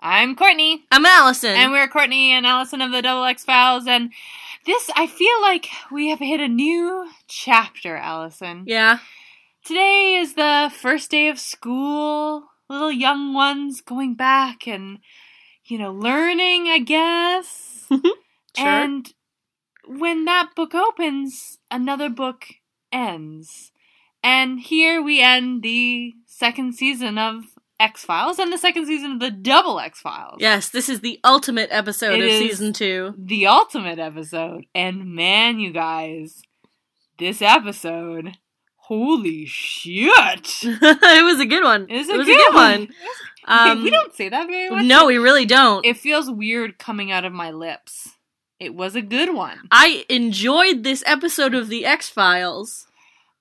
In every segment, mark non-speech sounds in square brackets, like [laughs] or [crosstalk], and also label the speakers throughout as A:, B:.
A: I'm Courtney,
B: I'm Allison.
A: and we're Courtney and Allison of the Double X Files, and this I feel like we have hit a new chapter, Allison.
B: yeah.
A: Today is the first day of school. Little young ones going back and you know learning, I guess.
B: [laughs] Sure.
A: And when that book opens, another book ends. And here we end the second season of X Files and the second season of the Double X Files.
B: yes, this is the ultimate episode
A: It
B: of
A: is.
B: season two. [laughs]
A: the ultimate episode. And man, you guys, this episode, holy shit!
B: it was a good one.
A: It was a
B: it was
A: good
B: a good
A: one.
B: one.
A: Hey,
B: [laughs]
A: [laughs]
B: Um,
A: we don't say that very much.
B: No, we really don't.
A: it feels weird coming out of my lips. It was a good one.
B: I enjoyed this episode of the X Files.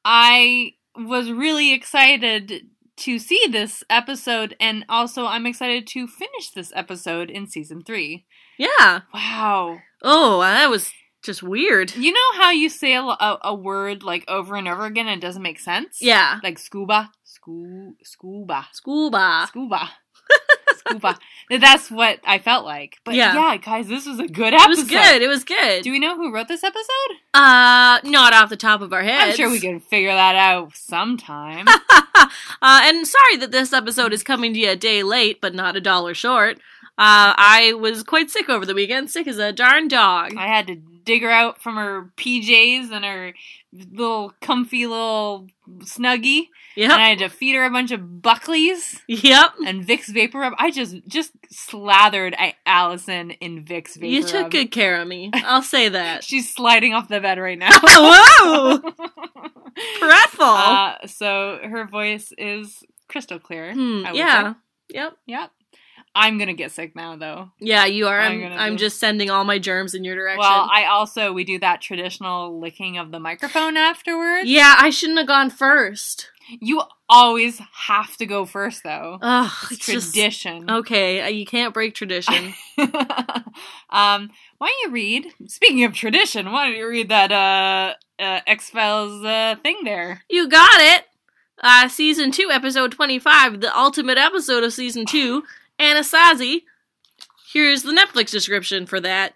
A: I was really excited to see this episode, and also I'm excited to finish this episode in season three.
B: Yeah.
A: Wow.
B: Oh, that was just weird.
A: You know how you say a, a, a word like over and over again and it doesn't make sense?
B: Yeah.
A: like scuba, scu- scuba,
B: [laughs] Scuba.
A: scuba, scuba. That's what I felt like. But yeah,
B: Yeah.
A: guys, this was a good
B: It
A: episode.
B: was good. It was good.
A: Do we know who wrote this episode?
B: uh, not off the top of our heads.
A: I'm sure we can figure that out
B: [laughs]
A: sometime.
B: uh, and sorry that this episode is coming to you a day late, but not a dollar short. Uh, I was quite sick over the weekend, sick as a darn dog.
A: I had to dig her out from her PJs and her little comfy little snuggie, and
B: Yep.
A: I had to feed her a bunch of Buckleys
B: Yep.
A: and Vicks Vapor Rub. I just just slathered I- Allison in Vicks Vapor
B: You took
A: Rub.
B: good care
A: [laughs]
B: of me. I'll say that. [laughs]
A: She's sliding off the bed right now.
B: Oh,
A: [laughs]
B: Whoa! Dreadful.
A: Uh, so her voice is crystal clear.
B: Hmm,
A: I would
B: yeah.
A: say.
B: Yep.
A: Yep. I'm gonna get sick now though.
B: Yeah, you are.
A: I'm
B: I'm,
A: gonna
B: I'm,
A: do-
B: just sending all my germs in your direction.
A: Well, I also we do that traditional licking of the microphone afterwards.
B: yeah, I shouldn't have gone first.
A: You always have to go first though.
B: Ugh,
A: it's
B: it's just-
A: tradition.
B: okay, uh, you can't break tradition.
A: [laughs] um, why don't you read? Speaking of tradition, why don't you read that uh, uh X Files uh, thing there?
B: you got it! Uh, season 2, episode 25, the ultimate episode of season 2, Anasazi. Here's the Netflix description for that.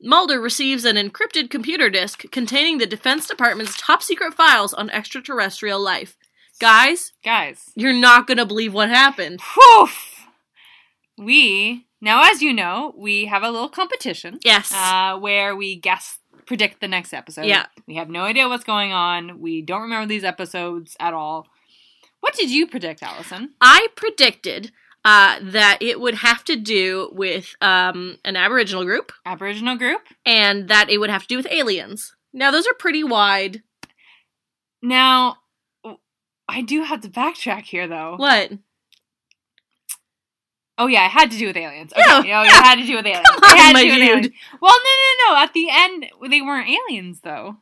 B: Mulder receives an encrypted computer disk containing the Defense Department's top secret files on extraterrestrial life. Guys,
A: Guys.
B: you're not gonna believe what happened.
A: Poof! We now as you know, we have a little competition.
B: Yes.
A: uh, where we guess predict the next episode.
B: Yeah.
A: we have no idea what's going on. We don't remember these episodes at all. What did you predict, Allison?
B: I predicted uh, that it would have to do with um, an Aboriginal group
A: Aboriginal group.
B: and that it would have to do with aliens. Now, those are pretty wide.
A: Now, I do have to backtrack here, though.
B: What?
A: Oh yeah, it had to do with aliens. Okay,
B: Yeah,
A: oh, yeah, it
B: yeah.
A: had to do with aliens.
B: [laughs] Come on,
A: it had
B: my
A: to do with
B: dude.
A: aliens. Well, no, no, no. At the end, they weren't aliens, though.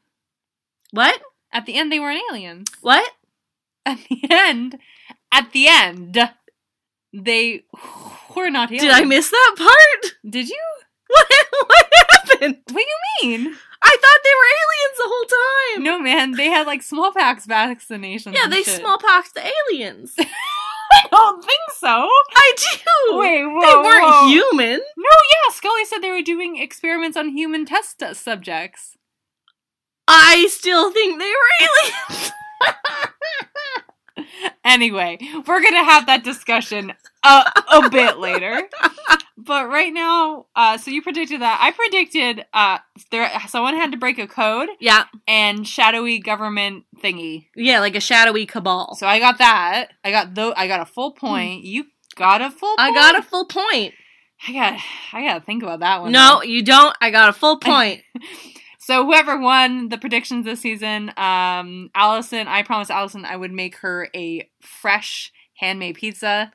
B: What?
A: At the end, they weren't aliens.
B: What?
A: At the end, at the end, they were not aliens.
B: Did I miss that part? [laughs]
A: Did you?
B: What, what happened?
A: What do you mean?
B: I thought they were aliens the whole time.
A: No, man, they had like smallpox vaccinations.
B: yeah,
A: and
B: they
A: shit.
B: smallpoxed the aliens. [laughs]
A: I don't think so.
B: I do.
A: Wait, whoa,
B: they weren't
A: whoa.
B: human.
A: No, yeah, Scully said they were doing experiments on human test uh, subjects.
B: I still think they [laughs] were aliens.
A: Anyway, we're gonna have that discussion a, a bit
B: [laughs]
A: later. But right now, uh, so you predicted that. I predicted uh, there someone had to break a code
B: yeah,
A: and shadowy government thingy.
B: yeah, like a shadowy cabal.
A: So I got that. I got though. I got a full point. You got a full.
B: Hmm. I
A: point?
B: got a full point.
A: I got. I gotta think about that one.
B: No, you don't. I got a [laughs] full point.
A: So whoever won the predictions this season, um, Allison, I promised Allison I would make her a fresh handmade pizza.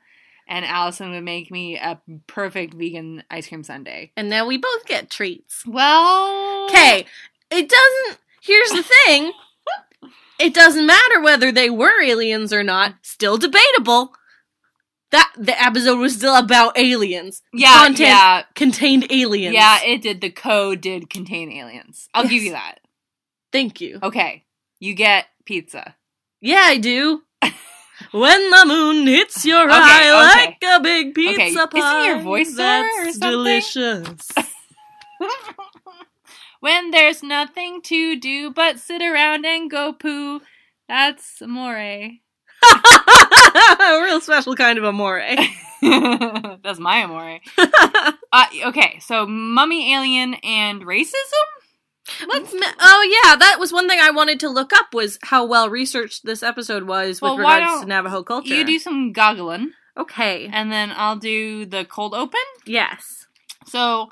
A: and Allison would make me a perfect vegan ice cream sundae.
B: And now we both get treats.
A: Well,
B: Okay, it doesn't. Here's the thing it doesn't matter whether they were aliens or not, still debatable. That the episode was still about aliens.
A: yeah,
B: Content
A: yeah,
B: Contained aliens.
A: yeah. It did. The code did contain aliens. I'll give
B: Yes. [laughs]
A: you that.
B: Thank you.
A: Okay, you get pizza.
B: Yeah,
A: [laughs]
B: I do. when the moon hits your
A: Okay,
B: eye
A: okay.
B: like a big pizza
A: Okay, isn't
B: pie.
A: your voice there
B: that's
A: or something? [laughs]
B: delicious. [laughs]
A: when there's nothing to do but sit around and go poo, that's amore.
B: a real special kind of
A: [laughs]
B: amore. [laughs]
A: that's my [laughs] amore. Uh, okay, so mummy alien and racism?
B: Let's ma- oh yeah, that was one thing I wanted to look up was how well researched this episode was with
A: Well, why
B: regards to
A: don't
B: Navajo culture.
A: You do some goggling,
B: okay.
A: and then I'll do the cold open.
B: Yes.
A: So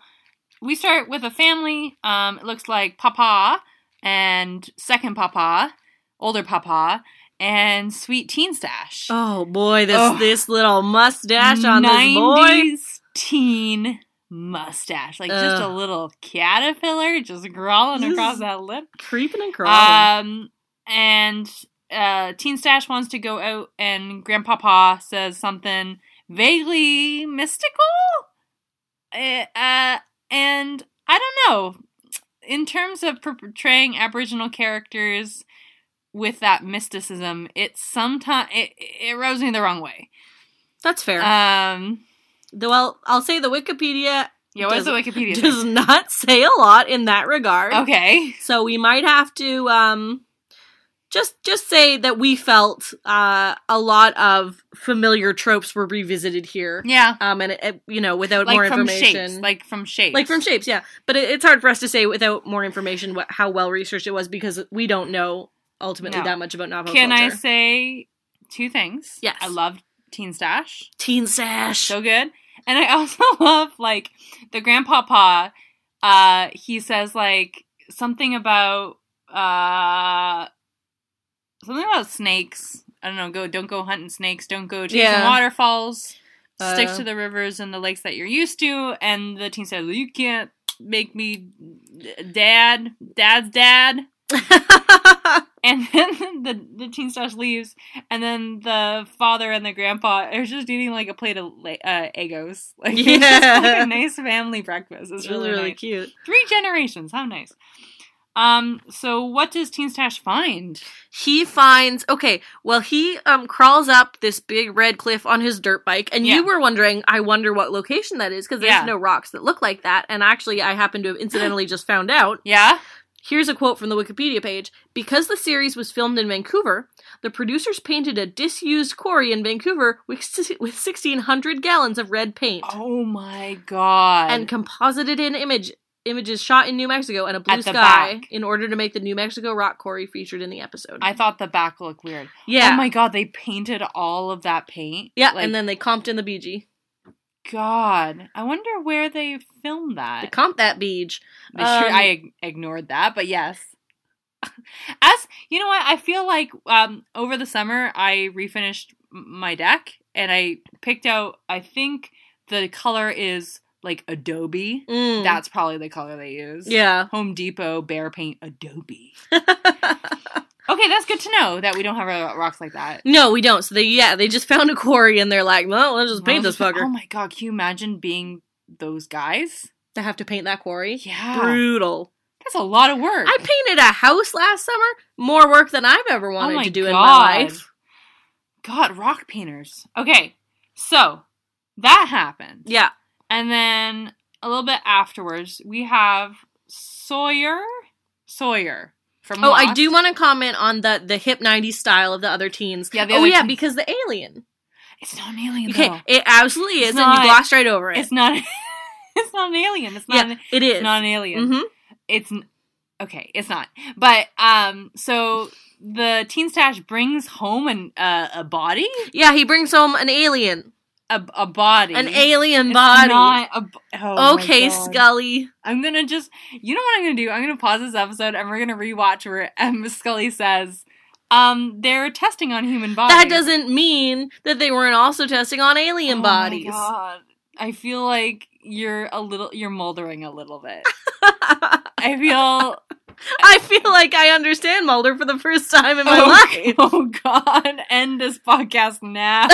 A: we start with a family. Um, it looks like Papa and second Papa, older Papa, and sweet teen stash.
B: Oh boy, this
A: Ugh.
B: this little mustache on this boy.
A: 90s teen mustache. Like just a
B: Ugh.
A: little caterpillar just crawling
B: This
A: across
B: is
A: that lip.
B: Creeping and crawling.
A: Um, and uh, Teen Stash wants to go out, and Grandpapa says something vaguely mystical. Uh, uh, and I don't know. In terms of portraying Aboriginal characters with that mysticism, it sometimes it, it rubs me the wrong way.
B: That's fair.
A: Um,
B: Though I'll I'll say the Wikipedia
A: yeah, what does the Wikipedia? say?
B: does not [laughs] say a lot in that regard.
A: Okay,
B: So we might have to um just just say that we felt uh a lot of familiar tropes were revisited here.
A: yeah,
B: Um and it, it- you know without more
A: like from
B: information.
A: shapes, like from shapes,
B: Like from shapes, yeah. But it, it's hard for us to say without more information what, how well researched it was because we don't know ultimately
A: No.
B: that much about Navajo
A: Can I
B: culture.
A: say two things?
B: Yes.
A: I loved Teen Stash.
B: Teen Sash. [laughs]
A: So good. And I [laughs] also love like the grandpapa uh he says like something about uh something about snakes. I don't know, go don't go hunting snakes, don't go chasing
B: Yeah.
A: waterfalls. Stick
B: Uh.
A: to the rivers and the lakes that you're used to and the teen says, You can't make me dad, dad's dad. And [laughs] then the, the teen stash leaves, and then the father and the grandpa are just eating like a plate of la- uh, egos. [laughs] Like, yeah,
B: Yeah.
A: a nice family breakfast. It's
B: it's
A: really,
B: really, really
A: nice.
B: cute.
A: Three generations. How nice. Um. So, what does Teen Stash find?
B: he finds okay well he um crawls up this big red cliff on his dirt bike and
A: Yeah.
B: you were wondering i wonder what location that is because there's
A: Yeah.
B: no rocks that look like that and actually i happen to have incidentally just found out
A: Yeah.
B: here's a quote from the wikipedia page because the series was filmed in vancouver the producers painted a disused quarry in vancouver with, si- with 1600 gallons of red paint
A: Oh my god.
B: and composited in image images shot in new mexico and a blue
A: At the
B: sky
A: back.
B: in order to make the new mexico rock quarry featured in the episode
A: I thought the back looked weird.
B: yeah
A: Oh my god, they painted all of that paint.
B: Yeah,
A: Like,
B: and then they comped in the BG.
A: God, I wonder where they filmed that.
B: They comped that beach.
A: They sure-
B: Um,
A: I ig- ignored that, but yes. [laughs] As you know, what I feel like um, over the summer I refinished m- my deck and I picked out. I think the color is like Adobe.
B: Mm. [laughs]
A: That's probably the color they use. [laughs]
B: yeah.
A: Home Depot Bear Paint Adobe. Okay, that's good to know that we don't have uh, rocks like that.
B: no, we don't. So they yeah, they just found a quarry and they're like, well, let's just paint
A: Well,
B: this fucker.
A: Oh my god, can you imagine being those guys?
B: they have to paint that quarry.
A: Yeah,
B: Brutal.
A: that's a lot of work. Oh
B: I painted a house last summer. More work than I've ever wanted
A: my
B: to do in Oh my
A: God.
B: life.
A: God, rock painters. Okay, so that happened.
B: Yeah.
A: And then a little bit afterwards, we have Sawyer. Sawyer from
B: Oh, I
A: Lost.
B: do want to comment on the the hip '90s style of the other teens.
A: Yeah, the
B: oh
A: other
B: yeah,
A: teens.
B: because the alien.
A: It's not an alien.
B: Okay,
A: though.
B: it absolutely is,
A: It's
B: and
A: not-
B: you glossed right over it.
A: it's not. [laughs] it's not an alien. It's not.
B: yeah,
A: an,
B: it is.
A: it's not an alien.
B: Mhm.
A: It's n- okay. It's not. But um, so the teen stash brings home an uh, a body,
B: Yeah, he brings home an alien,
A: a, a body,
B: an alien
A: It's
B: body.
A: Not a, b- oh my
B: okay,
A: God.
B: Scully.
A: I'm gonna just, you know what I'm gonna do? I'm gonna pause this episode and we're gonna rewatch where um, Scully says, um, they're testing on human bodies.
B: That doesn't mean that they weren't also testing on alien
A: Oh my
B: bodies.
A: God. I feel like you're a little, you're moldering a little
B: [laughs]
A: bit. I feel
B: I feel like I understand Mulder for the first time in my
A: oh,
B: life. [laughs]
A: [laughs] oh God, end this podcast now.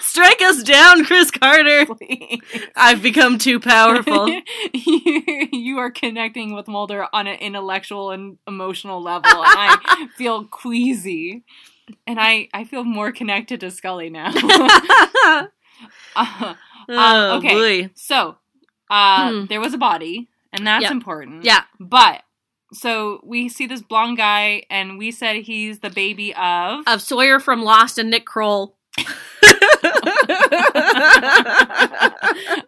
B: Strike us down, Chris Carter.
A: please.
B: I've become too powerful.
A: [laughs]
B: [laughs]
A: you, you are connecting with Mulder on an intellectual and emotional level, and
B: [laughs]
A: I feel queasy. And I, I feel more connected to Scully
B: [laughs]
A: now.
B: oh
A: Uh, Um, okay.
B: boy.
A: so, uh,
B: Hmm.
A: there was a body, and that's
B: Yeah.
A: important.
B: Yeah.
A: But, so we see this blonde guy, and we said he's the baby
B: [laughs]
A: of. [laughs]
B: Of Sawyer from Lost and Nick [laughs] Kroll.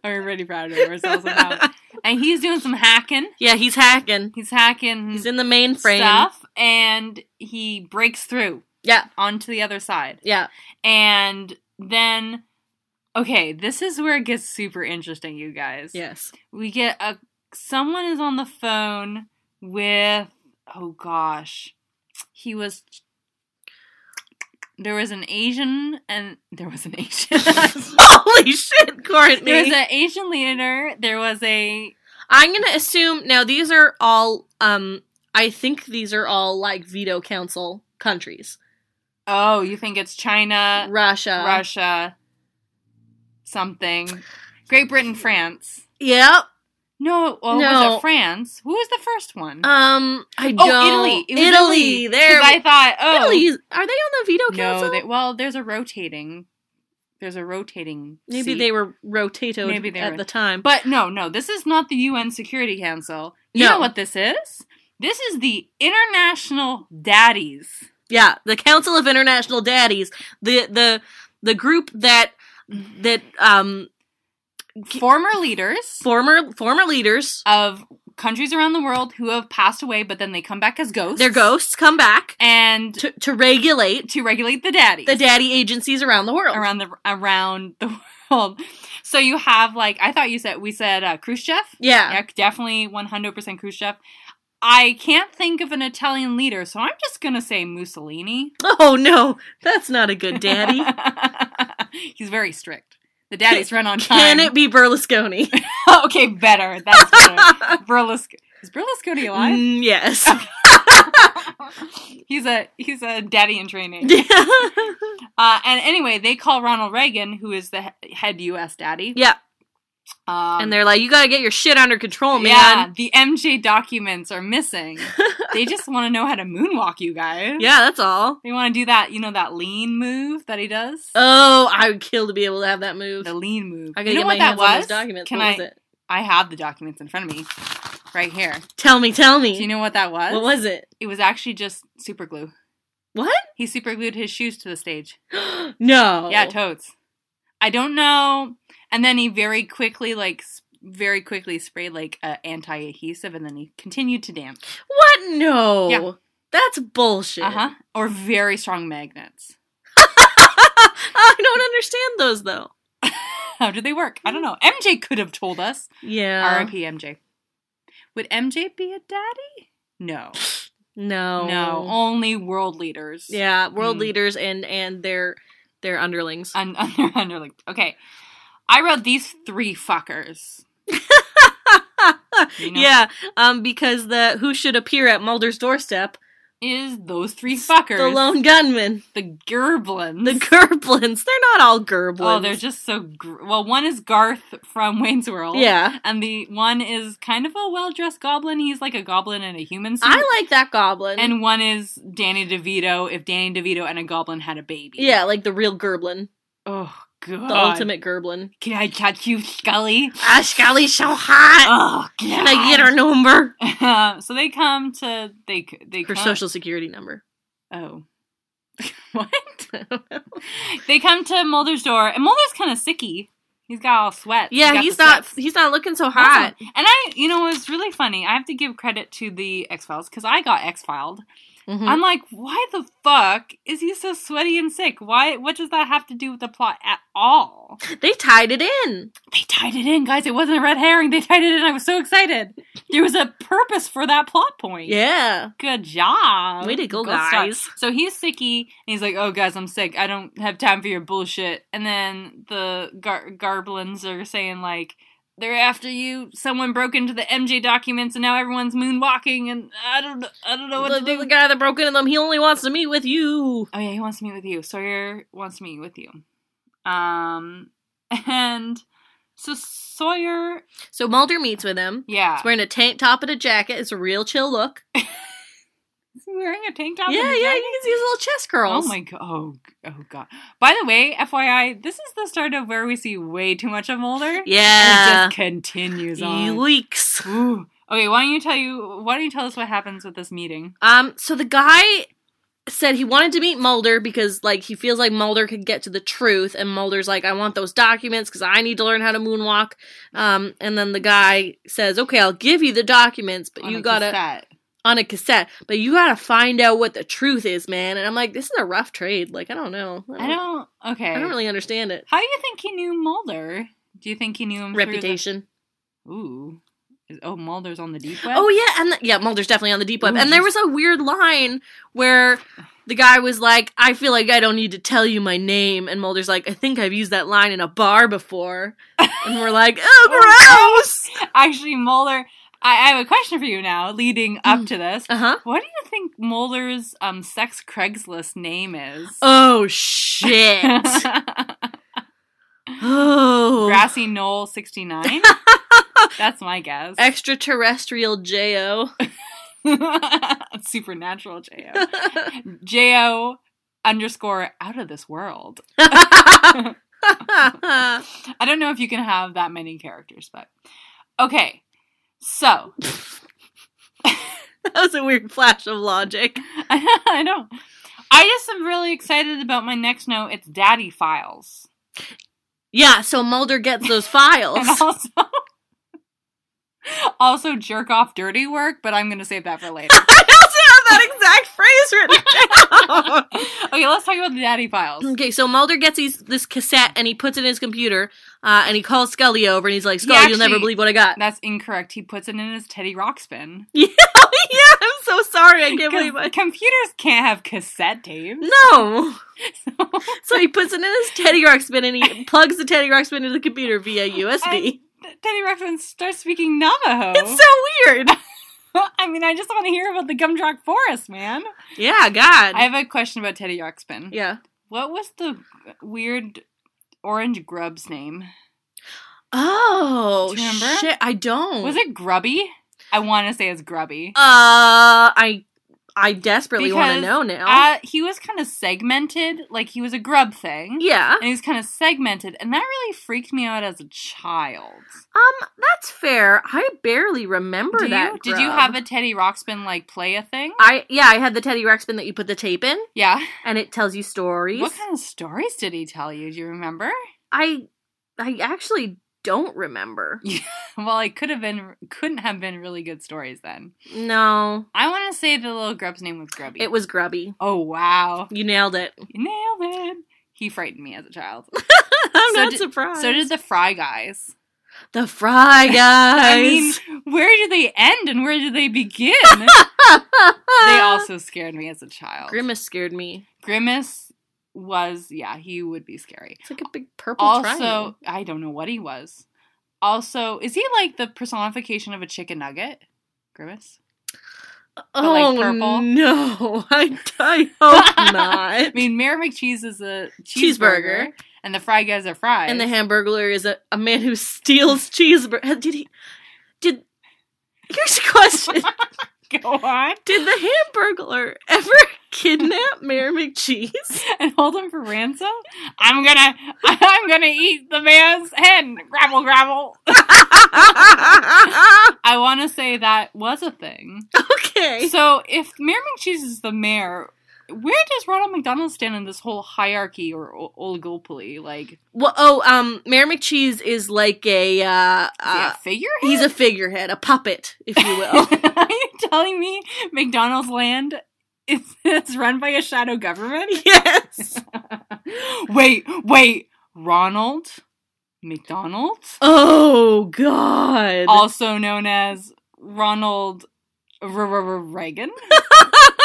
A: I'm really proud of ourselves. on that one. And he's doing some hacking.
B: yeah, he's hacking.
A: He's hacking
B: He's in the mainframe.
A: stuff, and he breaks through
B: Yeah,
A: onto the other side.
B: yeah.
A: And then, okay, this is where it gets super interesting, you guys.
B: [laughs] Yes.
A: We get a someone is on the phone with oh gosh, he was. There was an Asian and there was an Asian. [laughs]
B: Holy shit, Courtney.
A: there was an Asian leader. There was a
B: I'm gonna assume now these are all um I think these are all like veto council countries.
A: oh, you think it's
B: Uh,
A: China?
B: Russia.
A: Russia, something, Great Britain, France.
B: Yep.
A: No, well, was
B: No.
A: it France? Who was the first one?
B: Um I
A: oh,
B: don't
A: Italy. It was
B: Italy. There
A: 'Cause I thought, oh,
B: Italy's are they on the veto council?
A: no. They, well, there's a rotating. There's a rotating.
B: Maybe
A: seat.
B: they were rotated
A: Maybe they
B: at
A: were.
B: the time.
A: But no, no. This is not the UN Security Council. You
B: No.
A: know what this is? This is the International Daddies.
B: yeah, the Council of International Daddies, the the the group that that um
A: Former leaders
B: former former leaders,
A: of countries around the world who have passed away, but then they come back as ghosts.
B: their ghosts come back
A: And
B: to, to regulate
A: to regulate the daddies
B: the daddy agencies around the [laughs] world.
A: around the around the world. So you have like I thought you said we said uh, Khrushchev.
B: Yeah.
A: Yeah, definitely one hundred percent Khrushchev. I can't think of an Italian leader, so I'm just gonna say Mussolini.
B: Oh no, that's not a
A: [laughs]
B: good daddy.
A: he's very strict. The daddies run on time.
B: Can it be Berlusconi?
A: [laughs] okay, better. That's
B: [laughs]
A: better. Berlusconi. Is Berlusconi alive?
B: Mm, yes.
A: [laughs]
B: Mm.
A: he's a he's a daddy in training. Uh, and anyway, they call Ronald Reagan, who is the he- head U.S. daddy.
B: [laughs] yeah.
A: Um,
B: And they're like, you gotta get your shit under control,
A: Yeah,
B: Oh, man.
A: the MJ documents are
B: [laughs]
A: missing. they just want to know how to moonwalk, you guys.
B: Yeah, that's all.
A: They want to do that, you know, that lean move that he does?
B: Oh, I would kill to be able to have that move.
A: the lean move.
B: I gotta
A: you know
B: get
A: what
B: my
A: that
B: hands on those
A: was?
B: documents.
A: Can
B: what
A: I,
B: was it?
A: I have the documents in front of me right here.
B: Tell me, tell me.
A: Do you know what that was?
B: what was it?
A: It was actually just super glue.
B: What?
A: He super glued his shoes to the stage.
B: no.
A: Yeah, totes. I don't know. And then he very quickly, like, s- very quickly sprayed like uh, anti-adhesive, and then he continued to dance.
B: what? No. Uh-huh.
A: Yeah.
B: That's bullshit.
A: Uh huh. Or very strong magnets.
B: [laughs] I don't understand those though.
A: How do they work? I don't know. MJ could have told us.
B: Yeah.
A: RIP MJ. Would MJ be a daddy? No.
B: No.
A: No. Only world leaders.
B: Yeah, world
A: Mm.
B: leaders and and their their underlings.
A: [laughs] Un- under, under, like, okay. I wrote these three
B: [laughs]
A: fuckers. You know?
B: Yeah, um, because the who should appear at Mulder's doorstep?
A: Is those three fuckers.
B: The lone gunman,
A: The Gerblins.
B: [laughs] the Gerblins. They're not all Gerblins.
A: oh, they're just so. Gr- well, one is Garth from Wayne's World.
B: yeah.
A: And the one is kind of a well dressed goblin. He's like a goblin in a human suit.
B: I like that goblin.
A: And one is Danny DeVito. If Danny DeVito and a goblin had a baby.
B: yeah, like the real Gerblin,
A: Oh god.
B: the ultimate Gerblin.
A: Can I touch you, Scully?
B: Ah, Scully's so hot.
A: Oh god.
B: Can I get her number?
A: Uh, [laughs] so they come to they c- they
B: Her
A: come,
B: social security number.
A: Oh. [laughs] what? They come to Mulder's door, and Mulder's kind of sicky. He's got all sweat. He's
B: yeah,
A: got
B: he's
A: the
B: not.
A: sweats.
B: He's not looking so hot.
A: Awesome. And I, you know, it was really funny. I have to give credit to the X Files because I got X Filed,
B: Mhm.
A: I'm like, why the fuck is he so sweaty and sick? Why? What does that have to do with the plot at all?
B: Uh, They tied it in.
A: They tied it in, guys. It wasn't a red herring. They tied it in. I was so excited. There was a purpose for that plot point.
B: Yeah.
A: Good job.
B: Way to go,
A: Gold star.
B: guys.
A: So he's sicky, and he's like, "Oh, guys, I'm sick. I don't have time for your bullshit." And then the gar- garblins are saying like, "They're after you. Someone broke into the MJ documents, and now everyone's moonwalking, and I don't, I don't know what
B: The,
A: to
B: the-
A: do."
B: the guy that broke into them, he only wants to meet with you.
A: Oh yeah, he wants to meet with you. Sawyer wants to meet with you. Um, [laughs] and so Sawyer,
B: So Mulder meets with him.
A: yeah,
B: He's wearing a tank top and a jacket. It's a real chill look.
A: Is he wearing a tank top.
B: yeah,
A: and a
B: yeah.
A: jacket?
B: You can see his little chest curls.
A: Oh my god! Oh, oh god! By the way, FYI, this is the start of where we see way too much of Mulder. it
B: Yeah.
A: just continues on.
B: Leaks.
A: Ooh. Okay, why don't you tell you? Why don't you tell us what happens with this meeting?
B: Um, so the guy said he wanted to meet Mulder because like he feels like Mulder could get to the truth, and Mulder's like, I want those documents because I need to learn how to moonwalk. Um, and then the guy says, Okay, I'll give you the documents, but
A: on
B: you
A: a
B: gotta
A: cassette?
B: on a cassette, but you gotta find out what the truth is, man. And I'm like, this is a rough trade. Like, I don't know.
A: I don't. Okay.
B: Oh. I don't really understand it.
A: How do you think he knew Mulder? Do you think he knew him? through the-
B: Reputation.
A: Ooh. Is- Oh, Mulder's on the deep web.
B: Oh yeah, and the, yeah, Mulder's definitely on the deep web.
A: Ooh,
B: and there was
A: he's-
B: a weird line where the guy was like, "I feel like I don't need to tell you my name," and Mulder's like, "I think I've used that line in a bar before," and we're like, "Oh, [laughs] gross."
A: Actually, Mulder. I, I have a question for you now. Leading up
B: Mm.
A: to this,
B: Uh huh.
A: what do you think Mulder's um sex Craigslist name is? [laughs]
B: Oh shit. oh.
A: Grassy Knoll
B: [laughs]
A: 69? That's my guess. [laughs]
B: Extraterrestrial [laughs] Jo.
A: Supernatural
B: [laughs]
A: JO. JO underscore out of this world. I don't know if you can have that many characters, but. Okay. So. [laughs]
B: that was a weird flash of logic.
A: I know. I just am really excited about my next note. It's Daddy Files.
B: Yeah, so Mulder gets those files. [laughs]
A: And [laughs] also. Also, jerk off dirty work, but I'm gonna save that for
B: [laughs]
A: later.
B: I also have that exact phrase written down.
A: okay, let's talk about the daddy files.
B: Okay, so Mulder gets these, this cassette and he puts it in his computer, uh, and he calls Scully over and he's like,
A: He
B: "Scully, you'll never
A: actually-
B: believe what I got."
A: That's incorrect. He puts it in his Teddy Ruxpin.
B: [laughs] yeah, I'm so sorry, I can't believe I.
A: computers can't have cassette tapes.
B: [laughs]
A: [laughs]
B: No,
A: So,
B: so he puts it in his Teddy Ruxpin and [laughs] he plugs the Teddy Ruxpin into the computer via
A: and
B: USB.
A: Teddy Ruxpin starts speaking Navajo.
B: It's so weird.
A: [laughs] I mean, I just want to hear about the gumdrop forest, man.
B: Yeah, God.
A: I have a question about Teddy Ruxpin.
B: yeah.
A: What was the weird orange grub's name?
B: Oh
A: Do you remember?
B: shit, I don't.
A: Was it Grubby? I want to say it's Grubby.
B: Uh, I I desperately want to
A: Because
B: know now.
A: Uh, he was kind of segmented, like he was a grub thing.
B: yeah.
A: and he's kind of segmented, and that really freaked me out as a child.
B: Um, that's fair. I barely remember
A: Do you-
B: that.
A: did you
B: grub.
A: have a Teddy Roxpin like play a thing?
B: I yeah, I had the Teddy Ruxpin that you put the tape in,
A: Yeah.
B: and it tells you stories.
A: What kind of stories did he tell you? Do you remember?
B: I I actually don't remember.
A: Well, it could have been couldn't have been really good stories then.
B: No,
A: I want to say the little grub's name was Grubby.
B: it was Grubby.
A: Oh wow,
B: You
A: [laughs]
B: nailed it.
A: you nailed it. He frightened me as a child.
B: [laughs] I'm
A: So
B: not
A: did-
B: surprised.
A: so did the Fry Guys.
B: the Fry
A: [laughs]
B: Guys.
A: I mean, where do they end and where do they begin?
B: [laughs]
A: [laughs] they also scared me as a child.
B: Grimace scared me.
A: Grimace was yeah, he would be scary.
B: It's like a big purple
A: also
B: triangle.
A: i don't know what he was also is he like the personification of a chicken nugget grimace
B: Oh
A: like, purple.
B: no! [laughs] I, I hope
A: i [laughs]
B: not.
A: mean mayor mccheese is a cheeseburger,
B: Cheeseburger.
A: and the fry guys are fries
B: And the Hamburglar is a, a man who steals cheeseburger. Did he? Did here's a question.
A: [laughs] go on
B: Did the Hamburglar ever [laughs] kidnap Mayor [laughs] McCheese?
A: and hold him for ransom i'm gonna [laughs] i'm gonna eat the mayor's head gravel
B: [laughs]
A: gravel i want to say that was a thing
B: okay.
A: so if mayor mccheese is the mayor where does ronald mcdonald stand in this whole hierarchy or o- oligopoly like
B: Well, oh, um, Mayor McCheese is like a, uh,
A: is he a
B: uh
A: figurehead
B: [laughs] he's
A: [laughs]
B: a figurehead, a puppet, if you will.
A: Are you telling me McDonald's land it's, it's run by a shadow government.
B: [laughs] Yes.
A: wait, wait. Ronald McDonald,
B: Oh God.
A: also known as Ronald R- R- R- Reagan.
B: [laughs]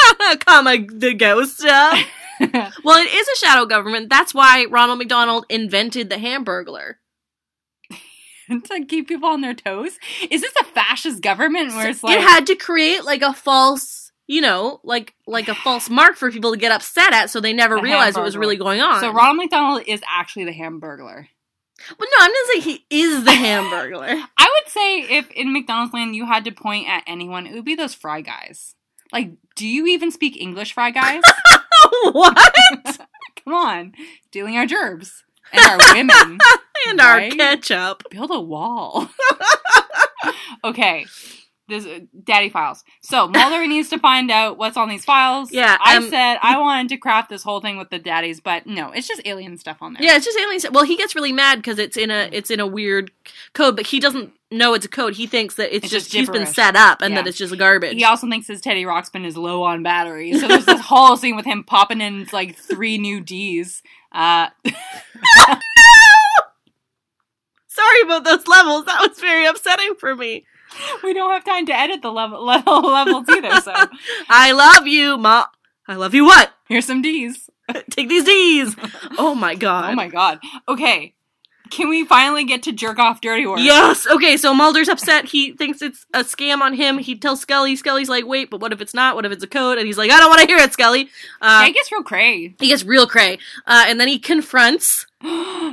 A: [laughs]
B: comma the ghost of. [laughs] well, it is a shadow government. That's why Ronald McDonald invented the Hamburglar.
A: to keep people on their toes. Is this a fascist government where it's like
B: it had to create like a false, you know, like like a false mark for people to get upset at, so they never
A: The
B: realized what was
A: Hamburglar.
B: really going on.
A: so Ronald McDonald is actually the Hamburglar.
B: Well, no, I'm not saying he
A: [laughs]
B: is the Hamburglar.
A: I would say if in McDonald's land you had to point at anyone, it would be those fry guys. Like, do you even speak English, fry
B: [laughs]
A: guys?
B: [laughs] what?
A: [laughs] Come on, stealing our gerbs and our
B: [laughs]
A: women.
B: And
A: Right?
B: our ketchup.
A: Build a wall. [laughs] okay. This uh, daddy files. So Mulder needs to find out what's on these files.
B: Yeah,
A: I
B: um,
A: said I wanted to craft this whole thing with the daddies, but no, it's just alien stuff on there.
B: Yeah, it's just alien. stuff. Well, he gets really mad because it's in
A: Mm.
B: a it's in a weird code, but he doesn't know it's a code. He thinks that it's,
A: It's
B: just,
A: just
B: he's been
A: gibberish.
B: set up and
A: Yeah.
B: that it's just garbage.
A: He also thinks his Teddy Ruxpin is low on battery. So there's
B: [laughs]
A: this whole scene with him popping in like three new D's. Uh,
B: Sorry about those levels. That was very upsetting for me.
A: we don't have time to edit the level, [laughs] level levels either. So
B: I love you, Ma. I love you. What?
A: here's some D's.
B: Take these
A: [laughs]
B: D's. Oh my god.
A: Oh my god. Okay, can we finally get to jerk off dirty work?
B: Yes. Okay. So Mulder's upset. He thinks it's a scam on him. He tells Scully. Scully's like, "Wait, but what if it's not? What if it's a code?" And he's like, "I don't want to hear it, Scully." Uh,
A: I guess real cray. [gasps]
B: he gets real cray, uh, and then he confronts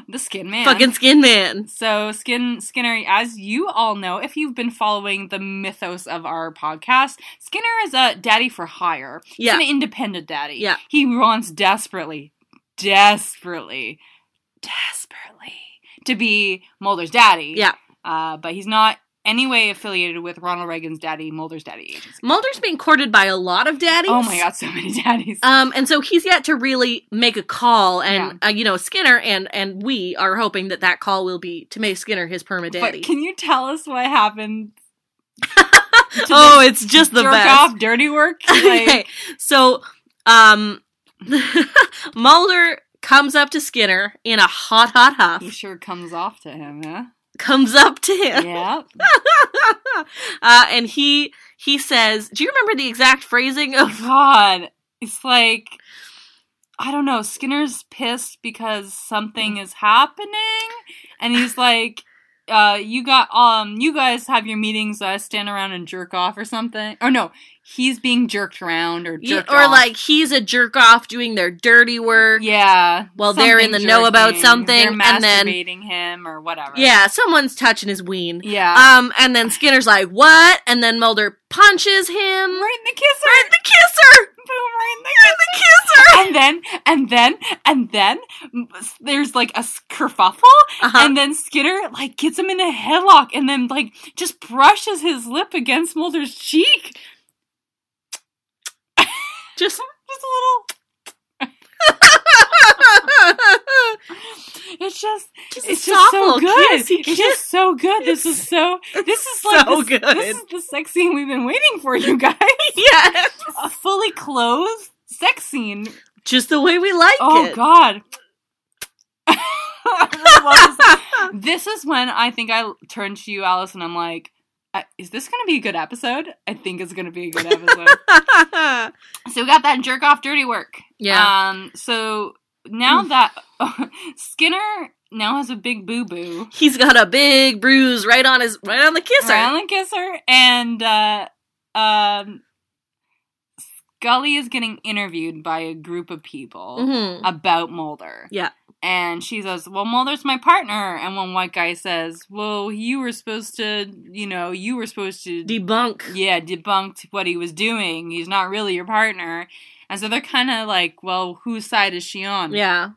A: the Skin Man.
B: fucking Skin Man.
A: So Skin Skinner, as you all know, if you've been following the mythos of our podcast, Skinner is a daddy for hire. He's
B: Yeah.
A: an independent daddy.
B: Yeah.
A: He wants desperately, desperately, desperately to be Mulder's daddy.
B: Yeah.
A: Uh, but he's not any way affiliated with Ronald Reagan's daddy, Mulder's daddy agency.
B: Mulder's being courted by a lot of daddies.
A: Oh my god, so many [laughs] daddies.
B: Um, and so he's yet to really make a call, and uh, you know Skinner and and we are hoping that that call will be to make Skinner his
A: but
B: permadaddy.
A: can you tell us what happened? to
B: Oh, it's just the
A: jerk
B: best.
A: off dirty work.
B: [laughs]
A: [laughs]
B: okay,
A: Like,
B: so um, [laughs] Mulder comes up to Skinner in a hot, hot
A: he
B: huff.
A: sure comes off to him, huh?
B: [laughs] Comes up to him, [laughs]
A: Yeah.
B: uh, and he he says, "Do you remember the exact phrasing of?"
A: [laughs]
B: [laughs]
A: God, it's like I don't know. Skinner's pissed because something is happening, and he's like, uh, "You got um, you guys have your meetings. I stand around and jerk off or something." Or no, he's being jerked around or
B: Yeah,
A: jerked
B: or
A: off.
B: like he's a jerk off doing their dirty work.
A: yeah.
B: Well, they're in
A: something
B: the know about
A: jerking,
B: something,
A: they're
B: and then-
A: masturbating him or whatever.
B: Yeah, someone's touching his ween.
A: yeah.
B: Um, and then Skinner's like, "What?" And then Mulder punches him.
A: right in the kisser.
B: Right in the kisser.
A: Boom! Right in the kisser.
B: The kisser.
A: And then, and then, and then, m- there's like a s- kerfuffle,
B: Uh-huh.
A: And then Skinner like gets him in a headlock and then like just brushes his lip against Mulder's cheek.
B: [laughs] just
A: [laughs]
B: [laughs]
A: Just a little it's just
B: just
A: it's
B: a
A: just
B: soft
A: so
B: little
A: good.
B: kiss. He
A: it's just so good. This is
B: [laughs]
A: so this is like
B: so
A: this,
B: good.
A: This is the sex scene we've been waiting for, you
B: [laughs]
A: guys.
B: yeah,
A: a fully clothed sex scene.
B: just the way we like
A: Oh
B: it.
A: god. [laughs] I love this
B: [laughs]
A: this is when I think I turned to you, Alice, and I'm like, I, is this going to be a good episode? I think it's going to be a
B: [laughs]
A: good episode. so we got that jerk off dirty work.
B: yeah. Hmm.
A: Um, so now that [laughs] Skinner now has a big boo boo.
B: Uh, He's got a big bruise right on his right on the kisser.
A: Silent kisser. And, uh, um, Scully is getting interviewed by a group of people.
B: Mhm.
A: about Mulder.
B: Yeah.
A: And she says, Well, Mulder's my partner. And one white guy says, Well, you were supposed to, you know, you were supposed to,
B: Debunk.
A: yeah, debunked what he was doing. He's not really your partner. And so they're kind of like, Well, whose side is she on?
B: Yeah.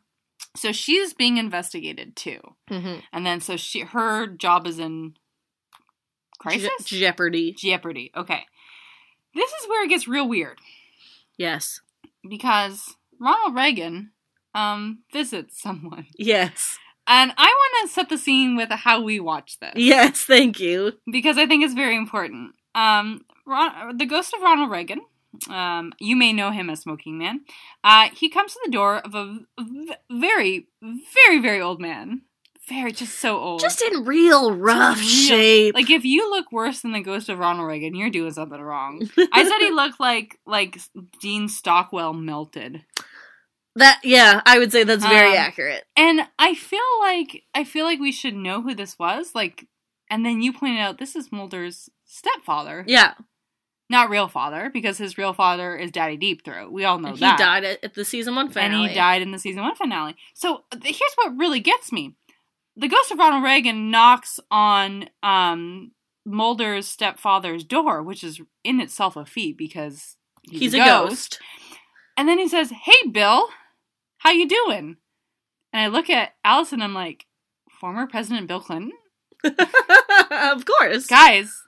A: So she's being investigated too.
B: Mhm.
A: And then so she, her job is in crisis?
B: Je- Jeopardy.
A: Jeopardy. Okay. This is where it gets real weird
B: Yes.
A: because Ronald Reagan um, visits someone.
B: Yes.
A: And I want to set the scene with how we watch this
B: Yes. Thank you.
A: because I think it's very important. Um, Ron- the ghost of Ronald Reagan Um, you may know him as Smoking Man. Uh, he comes to the door of a v- very, very, very old man. Very, just so old.
B: Just in real rough
A: Real-
B: shape. [laughs]
A: like if you look worse than the ghost of Ronald Reagan, you're doing something
B: [laughs]
A: wrong. I said he looked like like Dean Stockwell melted.
B: that yeah, I would say that's very
A: Um,
B: accurate.
A: And I feel like I feel like we should know who this was. Like, and then you pointed out this is Mulder's stepfather,
B: Yeah.
A: not real father, because his real father is Daddy Deep Throat. We all know
B: he
A: that.
B: died at, at the season one finale.
A: And he died in the season one finale. So th- here's what really gets me: the ghost of Ronald Reagan knocks on um, Mulder's stepfather's door, which is in itself a feat because he's,
B: He's a ghost.
A: And then he says, "Hey, Bill, how you doing?" And I look at Allison. I'm like, "Former President Bill Clinton,
B: [laughs] of course.
A: guys.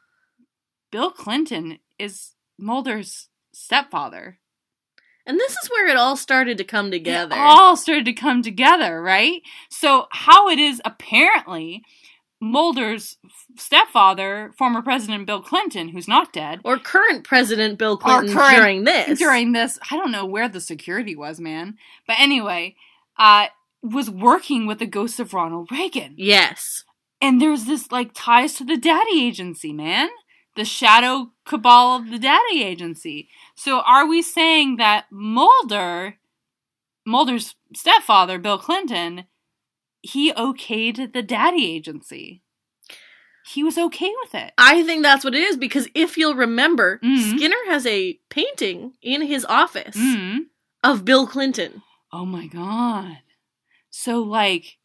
A: Bill Clinton is Mulder's stepfather.
B: And this is where it all started to come together.
A: It all started to come together, right? So how it is apparently Mulder's f- stepfather, former President Bill Clinton, who's not dead,
B: or current President Bill Clinton
A: current-
B: during this.
A: during this i don't know where the security was man but anyway uh was working with the ghost of ronald reagan
B: Yes.
A: and there's this like ties to the daddy agency man the shadow cabal of the daddy agency so are we saying that mulder mulder's stepfather bill clinton he okayed the daddy agency he was okay with it
B: I think that's what it is because if you'll remember,
A: Mhm.
B: Skinner has a painting in his office
A: mm.
B: of Bill Clinton.
A: Oh my god. So like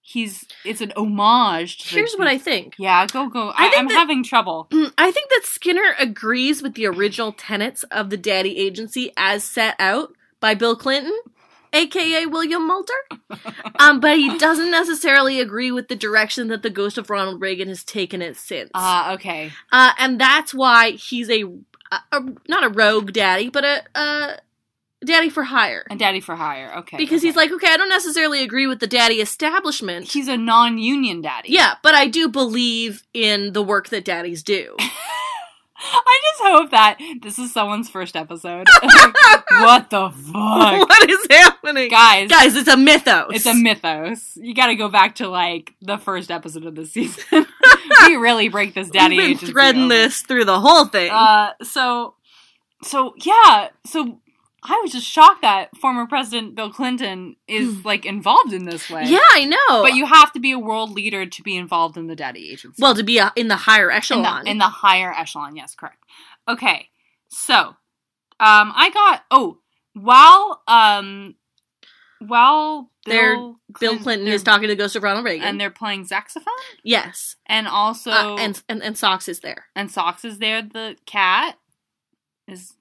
A: he's it's an homage to the-
B: Here's what I think.
A: Yeah, go go.
B: I
A: I,
B: think
A: am
B: that-
A: having trouble.
B: Mm, I think that Skinner agrees with the original tenets of the daddy agency as set out by Bill Clinton, aka William Mulder.
A: [laughs]
B: Um, but he doesn't necessarily agree with the direction that the ghost of Ronald Reagan has taken it since.
A: Ah, okay.
B: Uh, and that's why he's a, a, a- not a rogue daddy, but a, a daddy for hire.
A: And daddy for hire. Okay.
B: Because he's
A: okay.
B: like, okay, I don't necessarily agree with the daddy establishment.
A: he's a non-union daddy.
B: yeah, but I do believe in the work that
A: [laughs]
B: daddies do. [laughs]
A: I just hope that this is someone's first
B: [laughs]
A: episode. what the fuck?
B: what is happening?
A: Guys,
B: Guys, it's a mythos.
A: it's a mythos. You got to go back to like the first episode of the season. [laughs] we really break this daddy
B: We've been
A: agency
B: threading
A: over.
B: this through the whole thing.
A: Uh, so, so yeah, so I was just shocked that former President Bill Clinton is like involved in this way.
B: Hmm. yeah, I know.
A: but you have to be a world leader to be involved in the daddy agency.
B: well, to be uh in the higher
A: in
B: echelon.
A: the, in the higher echelon, yes, correct. Okay, so um, I got oh while um while
B: They're-
A: Bill
B: Bill Clinton
A: they're-
B: is talking to the ghost of Ronald Reagan.
A: and they're playing saxophone
B: yes.
A: and also
B: Uh, and, and and Socks is there.
A: and socks is there the cat is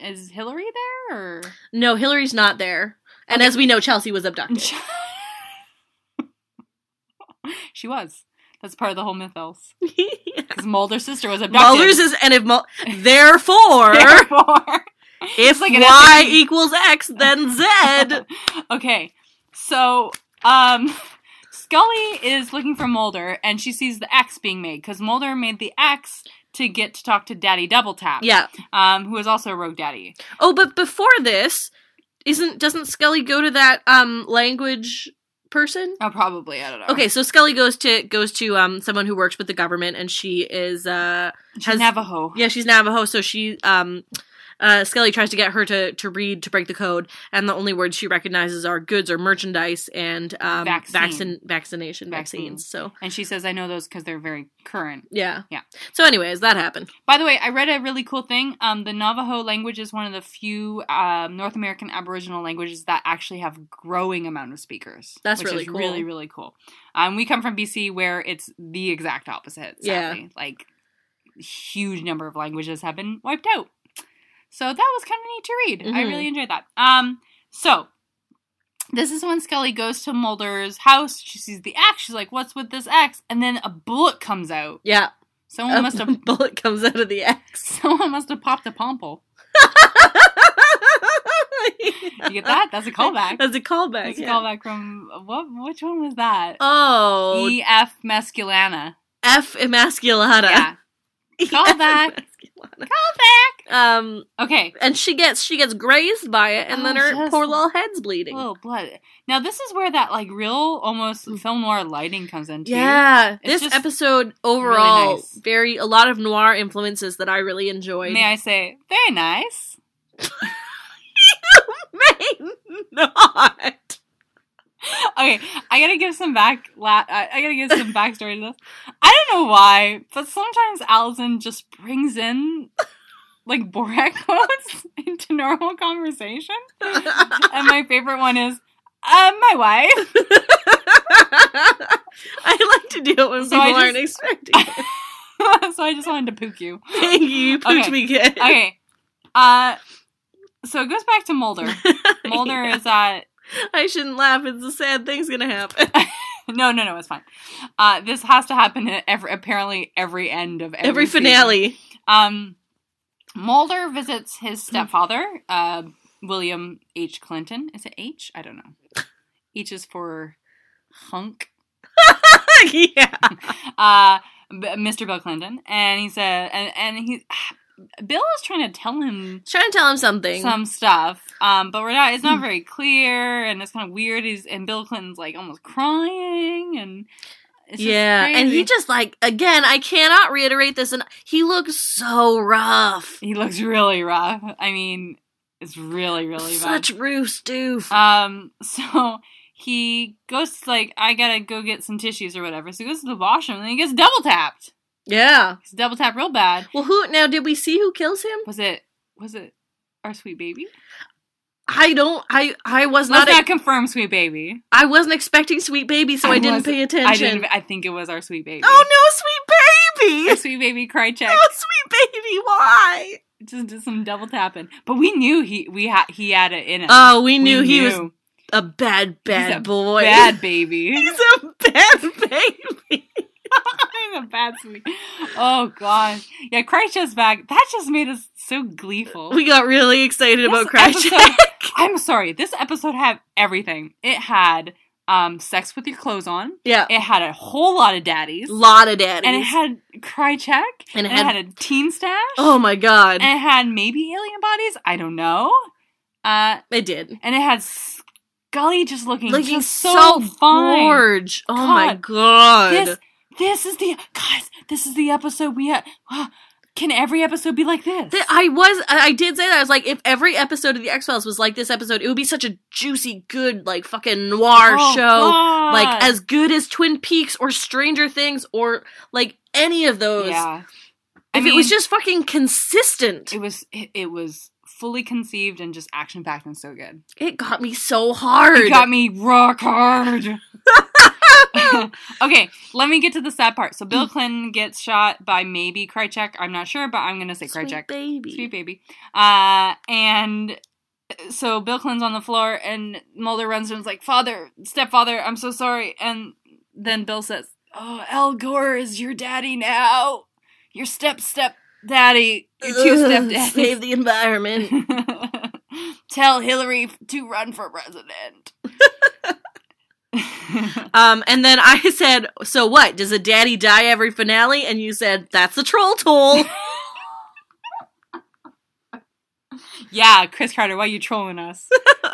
A: is hillary there or [laughs]
B: No, Hillary's not there. And as we know, Chelsea
A: [laughs]
B: was abducted. [laughs]
A: she was that's part of the whole
B: [laughs]
A: mythos because mulder's sister was abducted [laughs]
B: Mulder's is and if Mul- therefore
A: Therefore-
B: if
A: like an
B: y
A: SAT.
B: equals x then z.
A: okay so um scully is looking for mulder and she sees the x being made because mulder made the x to get to talk to daddy double tap
B: [laughs] yeah.
A: um who is also a rogue daddy
B: Oh, but before this, isn't doesn't Scully go to that um language person?
A: oh probably i don't know
B: Okay, so Scully goes to goes to um someone who works with the government, and she is uh
A: she's
B: has-
A: navajo
B: yeah she's Navajo, so she um uh Scully tries to get her to to read to break the code, and the only words she recognizes are goods or merchandise and um
A: Vaccine.
B: vaccin vaccination
A: Vaccine.
B: vaccines. So
A: and she says i know those because they're very current
B: yeah
A: Yeah.
B: So anyways, that happened.
A: By the way, I read a really cool thing. Um, the Navajo language is one of the few um, North American Aboriginal languages that actually have growing amount of speakers.
B: That's
A: which
B: really
A: is
B: cool.
A: Really, really cool. Um, we come from BC where it's the exact opposite. Sadly. like huge number of languages have been wiped out. So that was kind of neat to read. I
B: Mhm.
A: really enjoyed that. Um, so this is when Scully goes to Mulder's house. She sees the axe. She's like, "What's with this axe?" And then a bullet comes out.
B: Yeah,
A: Someone
B: [laughs] a
A: must have
B: bullet comes out of the X.
A: [laughs] Someone must have popped a pomple.
B: [laughs]
A: You get that? That's a callback.
B: That's a callback.
A: That's a
B: yeah.
A: callback from what? Which one was that?
B: Oh,
A: E. F. Masculana.
B: [laughs] F emasculata.
A: Yeah, Callback.
B: Lana.
A: Come
B: Um,
A: back. Okay.
B: and she gets she gets grazed by it, and
A: Oh,
B: then her
A: yes.
B: poor little head's bleeding.
A: Whoa, blood. Now this is where that like real almost film noir lighting comes into.
B: Mm. Yeah,
A: It's
B: this
A: just
B: episode overall
A: really nice.
B: very a lot of noir influences that I really enjoyed.
A: May I say, very nice.
B: [laughs]
A: [laughs]
B: May not. [laughs]
A: Okay, I gotta give some back. La- I I gotta give some backstory to this. I don't know why, but sometimes Allison just brings
B: [laughs]
A: in like Borat quotes [laughs] into normal conversation. And my favorite one is, uh, my wife. [laughs]
B: I like to do it when
A: So I
B: people aren't
A: [laughs]
B: expecting. it.
A: so I just wanted to poke you.
B: Thank you, you pooch
A: Okay.
B: me good.
A: Okay. Uh, so it goes back to
B: [laughs]
A: Mulder. Mulder is at
B: I shouldn't laugh. It's a sad thing's gonna happen. [laughs]
A: No, no, no, it's fine. Uh, this has to happen at every, apparently every end of every,
B: Every
A: season.
B: finale. [laughs]
A: Um, Mulder visits his stepfather, uh, William H. Clinton. Is it H? I don't know. H is for hunk.
B: [laughs] yeah.
A: Uh, B- Mr. Bill Clinton, and he said, and, and he, [sighs] Bill is trying to tell him
B: Trying to tell him something.
A: some stuff, um, but we're not. It's
B: Hmm.
A: not very clear, and it's kind of weird. He's and Bill Clinton's like almost crying, and it's just
B: yeah, and
A: crazy.
B: he just like again. I cannot reiterate this. And he looks so rough.
A: He looks really rough. I mean, it's really, really
B: Such roof doof.
A: bad. Um, so he goes to, like, I gotta go get some tissues or whatever. So he goes to the washroom and then he gets double tapped.
B: yeah.
A: He's double tapped real bad.
B: Well, who now? Did we see who kills him?
A: Was it was it our sweet baby?
B: I don't. I I was
A: Let's
B: not. e
A: not, confirm sweet baby.
B: I wasn't expecting Sweet Baby, so I,
A: I
B: didn't
A: was-
B: pay attention.
A: I didn't I think it was our sweet baby.
B: Oh no, Sweet [laughs]
A: Our
B: Baby!
A: sweet baby cry check.
B: [laughs] No, Sweet Baby, why?
A: Just did some double tapping. But we knew he we had he had it in him.
B: Oh,
A: We
B: we knew he was
A: knew.
B: a bad, bad
A: a
B: boy. [laughs]
A: bad baby.
B: He's a bad baby.
A: He's [laughs] a bad sweet. Oh gosh, yeah, Krychek's back. That just made us so gleeful.
B: We got really excited
A: This
B: about Crash. [laughs]
A: episode- [laughs] I'm sorry. This episode had everything. It had um, sex with your clothes on.
B: yeah,
A: It had a whole lot of daddies,
B: lot of daddies.
A: and it had Krychek, and
B: And it
A: it,
B: had-
A: had, a teen stash,
B: oh my god,
A: and it had maybe alien bodies. I don't know. Uh,
B: it did.
A: and it had Scully just looking,
B: Looking
A: just
B: so,
A: so fine.
B: gorge. Oh my
A: God.
B: god.
A: This, this is the guys. This is the episode we had. Can every episode be like this?
B: Th- I was, I I did say that. I was like, if every episode of the X Files was like this episode, it would be such a juicy, good, like fucking noir
A: Oh,
B: show,
A: God.
B: like as good as Twin Peaks or Stranger Things or like any of those.
A: yeah.
B: If
A: mean,
B: it was just fucking consistent,
A: it was it, it was fully conceived and just action packed and so good.
B: it got me so hard.
A: It got me rock hard.
B: [laughs]
A: [laughs] okay, let me get to the sad part. So
B: Mm.
A: Bill Clinton gets shot by maybe Krychek. I'm not sure, but I'm gonna say
B: Sweet
A: Krychek.
B: baby.
A: Sweet baby. Uh, and so Bill Clinton's on the floor, and Mulder runs and is like, "Father, stepfather, I'm so sorry." And then Bill says, "Oh, Al Gore is your daddy now. Your step step daddy. Your
B: [laughs]
A: two step
B: Ugh, Save
A: daddy.
B: the environment.
A: [laughs]
B: [laughs]
A: Tell Hillary to run for president."
B: Um, and then I [laughs] said, "So what? Does a daddy die every finale?" And you said, "That's a troll toll."
A: [laughs] yeah, Chris Carter, why you trolling us?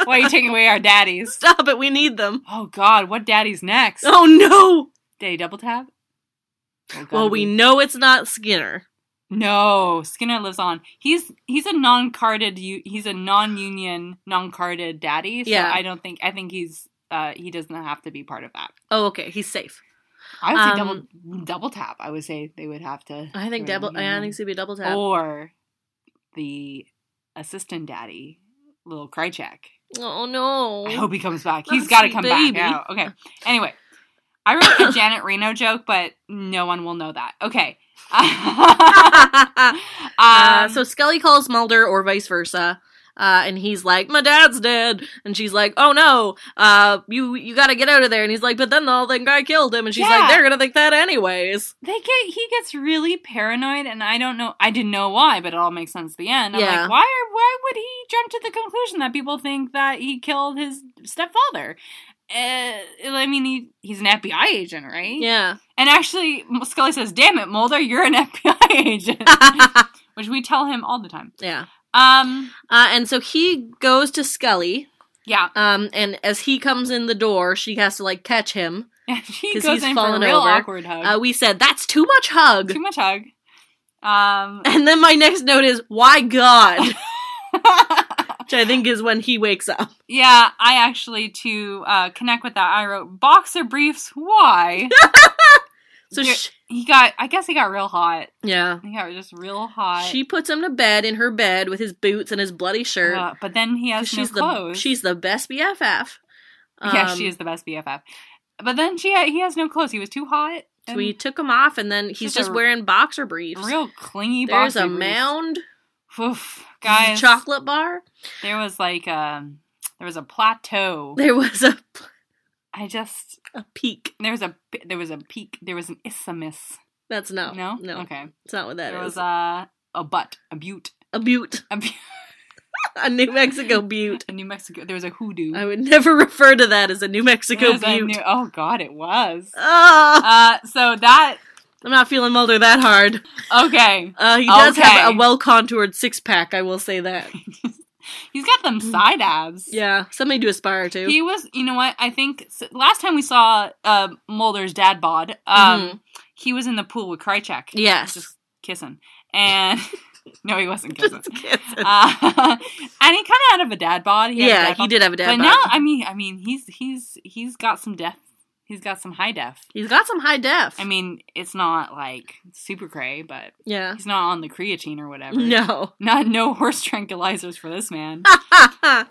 A: Why you taking away our daddies?
B: Stop it. We need them.
A: Oh God, what daddy's
B: [laughs]
A: next?
B: Oh no.
A: Did he double tap? Oh, God,
B: Well, we know it's not Skinner.
A: no Skinner lives on. He's he's a non-carded. u- He's a non-union, non-carded daddy. So
B: Yeah.
A: I don't think I think he's uh he doesn't have to be part of that.
B: Oh, okay, he's safe.
A: I would say
B: Um,
A: double double tap. I would say they would have to.
B: I think
A: throw
B: double.
A: him
B: I think it'd be double
A: in.
B: tap. Oh,
A: or the assistant daddy, little Krychek.
B: Oh, no!
A: I hope he comes back.
B: That's
A: He's got to
B: Oh, sweet
A: come
B: baby.
A: back. Yeah. Okay. Anyway, I wrote a Janet Reno joke, but no one will know that. Okay.
B: [laughs] uh, [laughs]
A: um,
B: so Scully calls Mulder, or vice versa. Uh, and he's like, "My dad's dead," and she's like, "Oh no, uh, you you gotta get out of there." And he's like, "But then all that guy killed him," and she's like,
A: Yeah.
B: "They're gonna think that anyways."
A: they get he gets really paranoid, and I don't know. I didn't know why, but it all makes sense at the end. I'm
B: Yeah.
A: like, why? Are, why would he jump to the conclusion that people think that he killed his stepfather? Uh, I mean, he, he's an FBI agent, right?
B: Yeah,
A: [laughs]
B: [laughs]
A: And actually, Scully says, "Damn it, Mulder, you're an FBI agent." which we tell him all the time.
B: [laughs] Yeah.
A: Um,
B: Uh, and so he goes to Scully,
A: yeah, [laughs]
B: um, and as he comes in the door, she has to like catch him.
A: he
B: 'Cause
A: goes
B: he's
A: in for a
B: fallen
A: real
B: over.
A: awkward hug.
B: Uh, we said that's too much hug.
A: Too much hug. Um,
B: [laughs] And then my next note is why God,
A: [laughs]
B: which I think is when he wakes up.
A: yeah, I actually to uh, connect with that, I wrote boxer briefs.
B: [laughs]
A: Why?
B: So
A: Yeah.
B: she,
A: he got. I guess he got real hot.
B: yeah,
A: He got just real hot.
B: she puts him to bed in her bed with his boots and his bloody shirt.
A: Uh, but then he has no
B: she's the
A: clothes.
B: she's the best BFF.
A: [laughs] yeah,
B: Um,
A: she is the best BFF. But then she he has no clothes. He was too hot.
B: So
A: and
B: we took him off, and then he's
A: Just
B: just
A: a
B: wearing boxer briefs.
A: real clingy.
B: There's
A: boxy
B: a
A: briefs.
B: mound,
A: Oof, guys.
B: chocolate bar.
A: There was like um, there was a plateau.
B: There was a,
A: I just
B: a peak.
A: there was a there was a peak. There was an isthmus.
B: That's not
A: no,
B: no.
A: okay.
B: It's not what that is.
A: there was a a butt, a butte,
B: a butte, [laughs]
A: a, bu-
B: a New
A: [laughs]
B: Mexico butte.
A: a New Mexico. There was a hoodoo.
B: I would never [laughs] refer to that as a New
A: There
B: Mexico
A: was a
B: butte.
A: new- oh God, it was.
B: Ah,
A: Uh, so that
B: I'm not feeling Mulder that hard.
A: okay.
B: Uh, he does have
A: Okay.
B: a well contoured six pack. I will say that.
A: [laughs] He's got them side abs.
B: Mm-hmm. Yeah, something to aspire to.
A: He was, you know what? I think s- last time we saw uh, Mulder's dad bod, um,
B: Mm-hmm.
A: he was in the pool with Krychek.
B: yes. [laughs]
A: Just kissing. And [laughs] no, he wasn't kissing.
B: Just kidding.
A: [laughs] Uh, and he kind of had of a dad bod. He had a
B: yeah,
A: dad
B: he
A: bod.
B: did have a
A: But
B: dad bod.
A: now, I mean, I mean, he's he's he's got some def. He's got some high def.
B: He's got some high def.
A: I mean, it's not like super cray, but
B: yeah. [laughs]
A: he's not on the creatine or whatever.
B: No.
A: [laughs] Not no horse tranquilizers for this
B: [laughs]
A: man.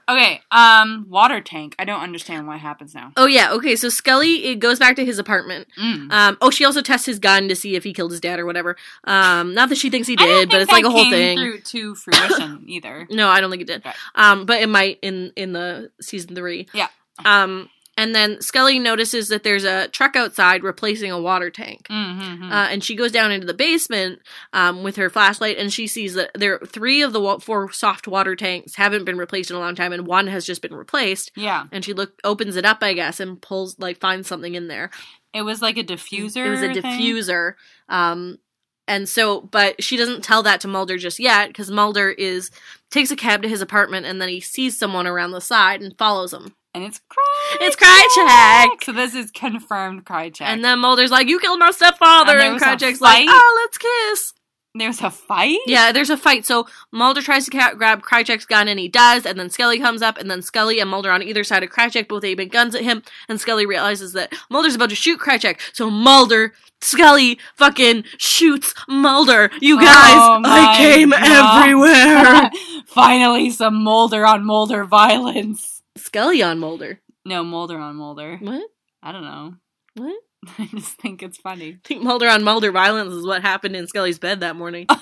A: okay, um, water tank. I don't understand what happens now.
B: oh yeah. Okay. So Scully it goes back to his apartment.
A: Mm.
B: Um, oh, she also tests his gun to see if he killed his dad or whatever. Um, not that she thinks he
A: I don't
B: did,
A: think
B: but it's like
A: that
B: a whole
A: came
B: thing.
A: through to fruition
B: [laughs]
A: either.
B: No, I don't think it did.
A: Right.
B: Um, but it might in in the season three.
A: Yeah.
B: Um, and then Scully notices that there's a truck outside replacing a water tank.
A: Mm-hmm.
B: Uh, and she goes down into the basement um, with her flashlight, and she sees that there three of the wa- four soft water tanks haven't been replaced in a long time, and one has just been replaced.
A: yeah,
B: And she look opens it up, I guess, and pulls like finds something in there.
A: it was like a diffuser.
B: It was a
A: thing.
B: diffuser. Um, and so, but she doesn't tell that to Mulder just yet because Mulder is takes a cab to his apartment and then he sees someone around the side and follows him.
A: and it's cry.
B: It's Krychek!
A: So this is confirmed cry check.
B: And then Mulder's like, "You killed my stepfather,"
A: And there
B: and,
A: was a
B: Krychek's like,
A: fight.
B: "Oh, let's kiss."
A: there's a fight.
B: Yeah, there's a fight. So Mulder tries to ca- grab Krychek's gun and he does, and then Scully comes up, and then Scully and Mulder on either side of Krychek both aiming guns at him, and Scully realizes that Mulder's about to shoot Krychek. So Mulder, Scully fucking shoots Mulder. You guys,
A: Oh my
B: I came
A: God. [laughs]
B: everywhere.
A: Finally, some Molder on Molder violence.
B: Scully on Mulder.
A: No, Molder on Molder.
B: What?
A: I don't know. [laughs]
B: What? [laughs]
A: I just think it's funny. [laughs]
B: I think Mulder on Mulder violence is what happened in Scully's bed that morning.
A: Oh,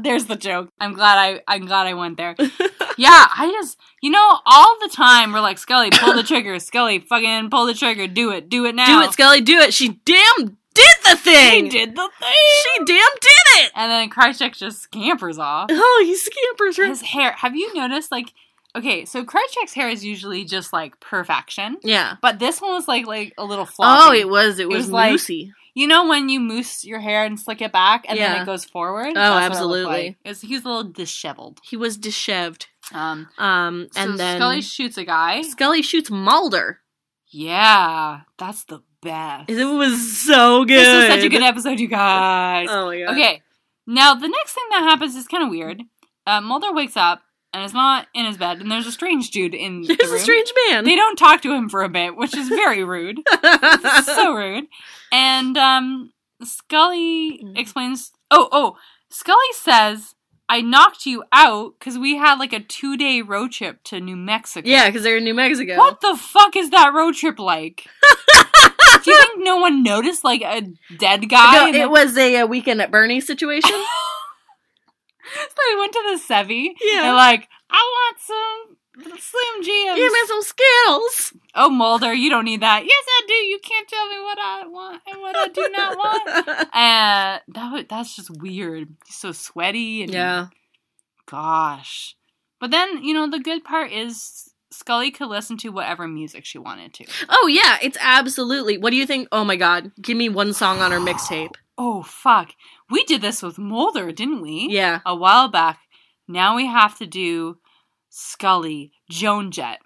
A: There's the joke. I'm glad I I'm glad I went
B: [laughs]
A: there. yeah, I just you know all the time we're like Scully, pull the trigger, Scully, fucking pull the trigger, do it, do it now.
B: Do it, Scully, do it. She damn did the
A: She
B: thing.
A: did the thing.
B: She damn did
A: [laughs]
B: it.
A: and then Krychek just scampers off.
B: Oh, he scampers her.
A: His hair. Have you noticed like okay, so Krychek's hair is usually just like perfection.
B: Yeah.
A: But this one was like like a little floppy.
B: Oh, it was. It, was,
A: was like-
B: Lucy.
A: You know when you mousse your hair and slick it back and then
B: Yeah.
A: it goes forward? Oh,
B: absolutely.
A: he was a little disheveled.
B: He was disheveled.
A: Um,
B: Um, and
A: so Scully
B: then Scully,
A: shoots a guy.
B: shoots Mulder.
A: Yeah, that's the best.
B: It was so good.
A: This was such a good episode, you guys.
B: Oh my [laughs] god.
A: okay, now the next thing that happens is kind of weird. Uh, Mulder wakes up and is not in his bed, and there's a strange dude in the
B: There's a
A: room.
B: strange man. [laughs]
A: They don't talk to him for a bit, which is very rude. so rude. And um, Scully
B: Mm.
A: explains. Oh, oh. Scully says, "I knocked you out because we had like a two-day road trip to New Mexico."
B: yeah, because they're in New Mexico.
A: What the fuck is that road trip
B: [laughs]
A: like? Do you think no one noticed like a dead guy?
B: No,
A: and
B: it was a, uh weekend at Bernie's situation.
A: [laughs] so they went to the Sevi.
B: Yeah.
A: They're like, I want some Slim Jims.
B: Give me some Skittles.
A: oh, Mulder, you don't need that. Yes, I do. You can't tell me what I want and what I do not want. Uh, that wa- that's just weird. He's so sweaty and
B: [laughs] yeah.
A: gosh. But then you know the good part is Scully could listen to whatever music she wanted to.
B: [laughs] Oh yeah,
A: [gasps]
B: it's absolutely. What do you think? Oh my god, give me one song on her mixtape.
A: Oh fuck, We did this with Mulder, didn't we?
B: Yeah.
A: A while back. Now we have to do Scully, Joan Jett.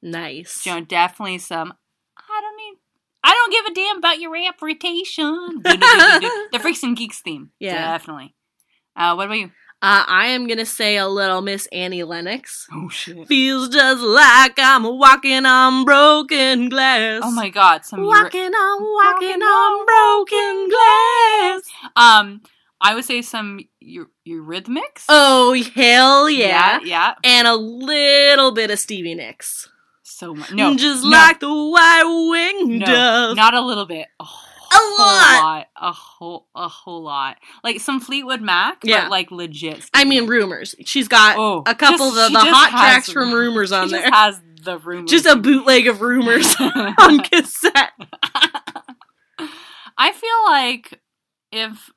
B: Nice.
A: Joan, definitely some. I don't need. I don't give a damn about your
B: [laughs]
A: reputation. the Freaks and Geeks theme.
B: Yeah.
A: Definitely. Uh, what about you?
B: Uh, I am going to say a little Miss Annie Lennox.
A: Oh, shit.
B: Feels just like I'm walking on broken glass.
A: Oh, my God. Some Euro-
B: Walking on, walking on broken glass.
A: Um, I would say some Eu- Eurythmics.
B: Oh, hell
A: yeah. yeah.
B: yeah. And a little bit of Stevie Nicks.
A: So much. No.
B: Just
A: no,
B: like the white winged
A: no,
B: dove.
A: not a little bit. A, whole
B: lot.
A: A whole a whole lot. Like some Fleetwood Mac,
B: Yeah.
A: but like legit.
B: I mean, rumors. She's got
A: Oh,
B: a couple
A: just-
B: of
A: she
B: the, the
A: just
B: hot
A: has
B: tracks
A: them.
B: from rumors on
A: [laughs] she
B: there.
A: just has the rumors.
B: just a bootleg of rumors [laughs] on cassette.
A: [laughs] I feel like if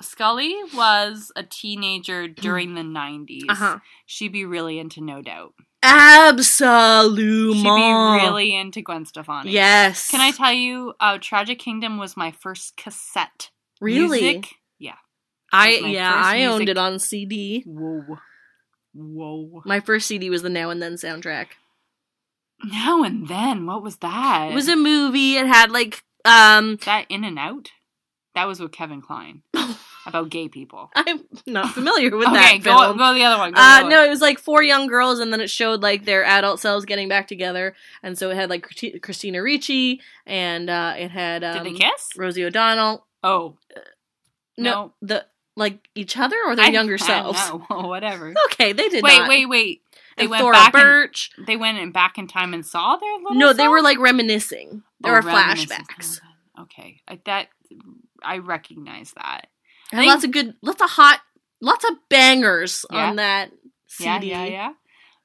A: Scully was a teenager
B: Mm.
A: during the 90s,
B: Uh-huh.
A: she'd be really into No Doubt.
B: Absolutely.
A: She'd be really into Gwen Stefani.
B: Yes.
A: Can I tell you, uh, Tragic Kingdom was my first cassette.
B: really?
A: Music. Yeah.
B: I
A: was my
B: yeah,
A: first
B: I owned
A: music-
B: it on CD.
A: Whoa. Whoa.
B: My first CD was the Now and Then soundtrack.
A: Now and then, what was that?
B: It was a movie. It had like um [laughs]
A: that In and Out? That was with Kevin Klein about gay people.
B: I'm
A: [laughs]
B: not familiar with
A: okay,
B: that
A: go,
B: film.
A: go the other one. Go the
B: uh
A: other
B: no, it was like four young girls and then it showed like their adult selves getting back together and so it had like Christi- Christina Ricci and uh it had
A: one.
B: um
A: Did they kiss?
B: Rosie O'Donnell.
A: Oh.
B: No, the like each other or their
A: I-
B: younger
A: [laughs] I don't
B: selves.
A: know. Whatever.
B: Okay, they did
A: wait,
B: not.
A: wait, wait. They
B: and
A: went
B: Thora
A: back. and-
B: Birch.
A: they went in back in time and saw their little.
B: No, they
A: self?
B: were like reminiscing. There
A: Oh,
B: are
A: reminiscence.
B: flashbacks.
A: Oh, Okay, I, that I recognize that.
B: And lots of good, lots of hot, lots of bangers on that CD.
A: Yeah, yeah, yeah.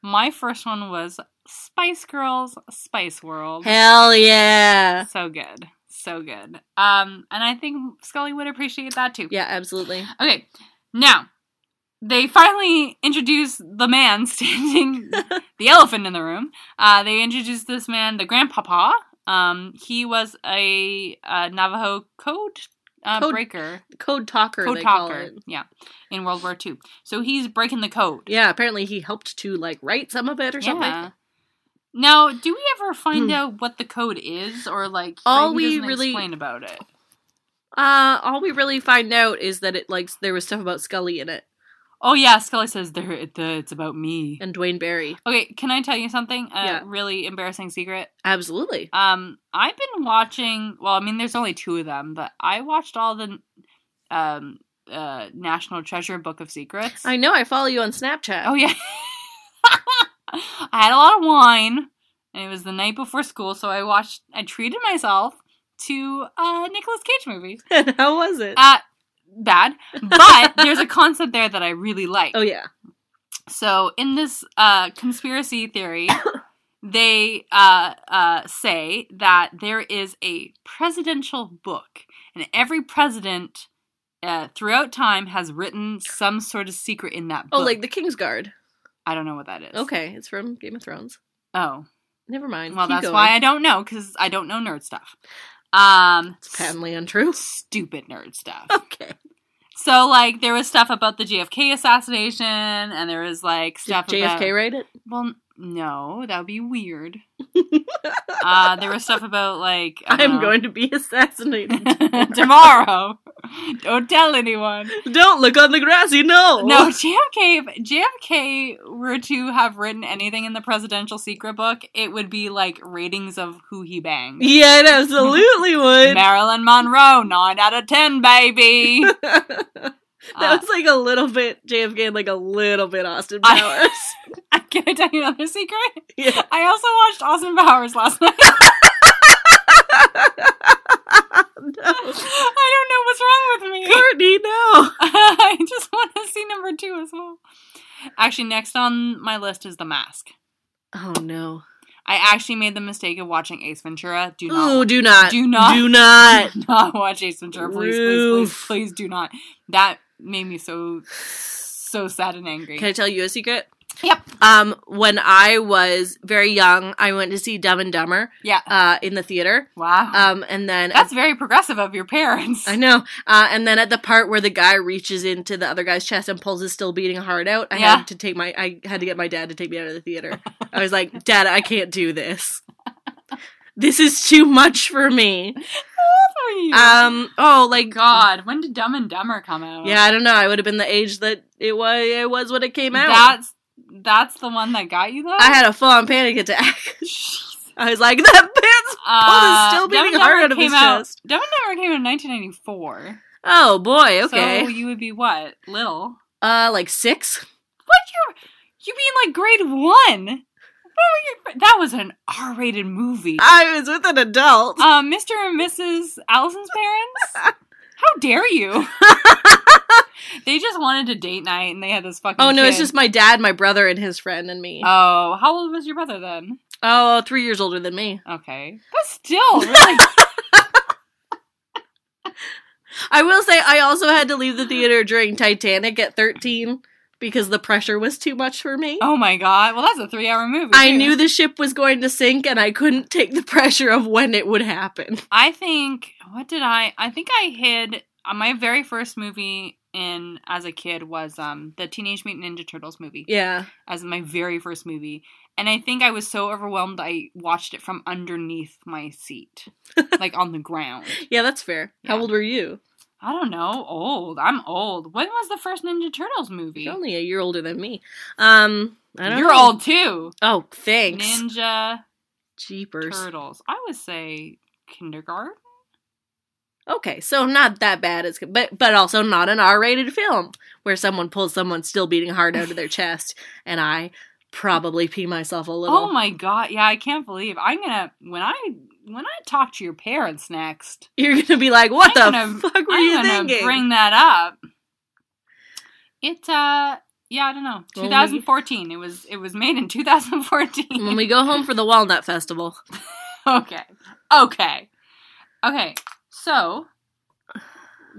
A: My first one was Spice Girls, Spice World.
B: Hell yeah.
A: So good, so good. Um, and I think Scully would appreciate that too.
B: Yeah, absolutely.
A: Okay, now they finally introduce the man [laughs]
B: [laughs]
A: standing, the elephant in the room. Uh, they introduced this man, the grandpapa. Um, he was a, uh Navajo code, uh,
B: Code-
A: breaker,
B: Code talker,
A: code
B: they call
A: talker.
B: it.
A: Yeah, in World War II. So he's breaking the code.
B: Yeah, apparently he helped to like write some of it or something.
A: Yeah. Now, do we ever find
B: Hmm.
A: out what the code is, or like
B: All
A: he
B: we
A: doesn't
B: really-
A: explain about it?
B: Uh, all we really find out is that it like there was stuff about Scully in it
A: Oh yeah, Scully says there. it- the- It's about me.
B: and Dwayne Barry.
A: Okay, can I tell you something? A
B: Yeah.
A: really embarrassing secret.
B: Absolutely.
A: Um, I've been watching. Well, I mean, there's only two of them, but I watched all the um uh National Treasure Book of Secrets.
B: I know. I follow you on Snapchat.
A: oh yeah, [laughs] I had a lot of wine, and it was the night before school, so I watched. I treated myself to a Nicolas Cage movie.
B: and [laughs] how was it?
A: Uh, bad,
B: [laughs]
A: but there's a concept there that I really like.
B: oh yeah.
A: So in this uh, conspiracy theory, they uh, uh, say that there is a presidential book, and every president uh, throughout time has written some sort of secret in that
B: Oh,
A: book.
B: like the Kingsguard.
A: I don't know what that is.
B: Okay, it's from Game of Thrones.
A: Oh,
B: Never mind.
A: well,
B: Keep
A: that's
B: going.
A: why I don't know because I don't know nerd stuff. Um,
B: It's patently untrue. [laughs]
A: stupid nerd stuff.
B: Okay.
A: so like there was stuff about the JFK assassination, and there was like
B: Did
A: stuff about
B: JFK write it?
A: Well, n- no, that would be
B: [laughs]
A: weird. uh, there was stuff about like I don't
B: I'm
A: know. [laughs]
B: going to be [laughs] assassinated. [laughs]
A: tomorrow. Don't tell anyone.
B: Don't look on the grassy knoll.
A: No, JFK. If JFK were to have written anything in the presidential secret book, it would be like ratings of who he banged.
B: Yeah, it
A: [laughs]
B: absolutely would.
A: Marilyn Monroe, nine out of ten, baby.
B: [laughs] that
A: Uh,
B: was like a little bit JFK and like a little bit Austin
A: [laughs] I-
B: Powers. [laughs]
A: [laughs] can I tell you another secret? [laughs]
B: yeah.
A: I also watched Austin Powers last [laughs] night.
B: No.
A: I don't know what's wrong with me.
B: Courtney, no.
A: [laughs] I just want to see number two as well. Actually, next on my list is The Mask.
B: Oh no.
A: I actually made the mistake of watching Ace Ventura. Do
B: Ooh,
A: not,
B: do not.
A: Do not. [laughs]
B: Do not.
A: do [laughs] not watch Ace Ventura. Please, please, please,
B: Oof.
A: please do not. That made me so, so sad and angry.
B: Can I tell you a secret?
A: Yep.
B: Um, when I was very young, I went to see Dumb and Dumber
A: Yeah.
B: uh, in the theater.
A: wow.
B: Um, and then
A: That's very progressive of your parents. [laughs]
B: I know. Uh, and then at the part where the guy reaches into the other guy's chest and pulls his still beating heart out, I
A: Yeah.
B: had to take my I had to get my dad to take me out of the theater. I was like, "Dad, I can't do this. This is too much
A: [laughs]
B: for me."
A: How old were you?
B: Um, oh, like
A: God, when did Dumb and Dumber come out?
B: Yeah, I don't know. I would have been the age that it was it was when it came out.
A: That's that's the one that got you though.
B: I had a full on panic attack. [laughs] I was like, "That
A: [laughs]
B: pants."
A: Uh,
B: still
A: Dumb and
B: beating hard
A: Dumber
B: out of his
A: came out-
B: chest.
A: Dumb and Dumber came out in 1994.
B: Oh boy, okay.
A: So you would be what? Little.
B: uh, like six.
A: What you? You mean like grade one? What were you? That was an R-rated movie.
B: I was with an adult.
A: Uh, Mr. and Mrs. Allison's
B: [laughs]
A: parents. How dare you? they just wanted a date night, and they had this fucking.
B: oh no, it's
A: kid.
B: just my dad, my brother, and his friend, and me.
A: Oh, how old was your brother then?
B: Oh, three years older than me.
A: Okay, but still,
B: [laughs]
A: really.
B: I will say I also had to leave the theater during Titanic at 13 because the pressure was too much for me.
A: oh my god. Well, that's a three-hour movie.
B: I
A: too.
B: knew the ship was going to sink and I couldn't take the [laughs] pressure of when it would happen.
A: I think what did I? I think I hid uh, my very first movie in as a kid was um the Teenage Mutant Ninja Turtles movie
B: Yeah.
A: as my very first movie, and I think I was so overwhelmed I watched it from underneath my
B: [laughs]
A: seat, like on the ground.
B: Yeah, that's fair. How
A: Yeah.
B: old were you?
A: I don't know, old. I'm old. When was the first Ninja Turtles movie?
B: You're only a year older than me. Um, I don't
A: You're
B: know.
A: old too.
B: Oh, thanks.
A: Ninja
B: Jeepers.
A: Turtles. I would say kindergarten.
B: Okay, so not that bad. It's but but also not an R-rated film where someone pulls someone still beating hard out of their chest, and I probably pee myself a little.
A: Oh my god! Yeah, I can't believe I'm gonna when I when I talk to your parents next.
B: You're gonna be like, what
A: I'm
B: the
A: gonna-
B: fuck were
A: I'm
B: you
A: gonna
B: thinking?
A: bring that up. It uh yeah I don't know
B: When we-
A: 2014 it was it was made in [laughs] 2014.
B: when Mm, we go home for the Walnut Festival.
A: [laughs] okay okay okay so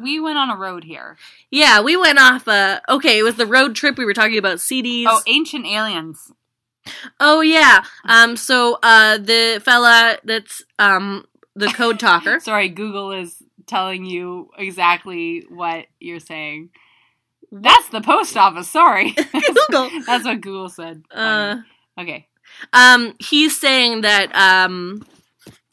A: we went on a road here.
B: Yeah, we went off. Uh, okay, it was the road trip we were talking about CDs.
A: Oh, ancient aliens.
B: Oh, yeah. Um, so uh, the fella that's um the
A: [laughs]
B: code talker.
A: Sorry, Google is telling you exactly what you're saying. That's the post office.
B: [laughs]
A: Sorry. [laughs]
B: Google.
A: That's what Google said.
B: Uh,
A: okay.
B: um, he's saying that um,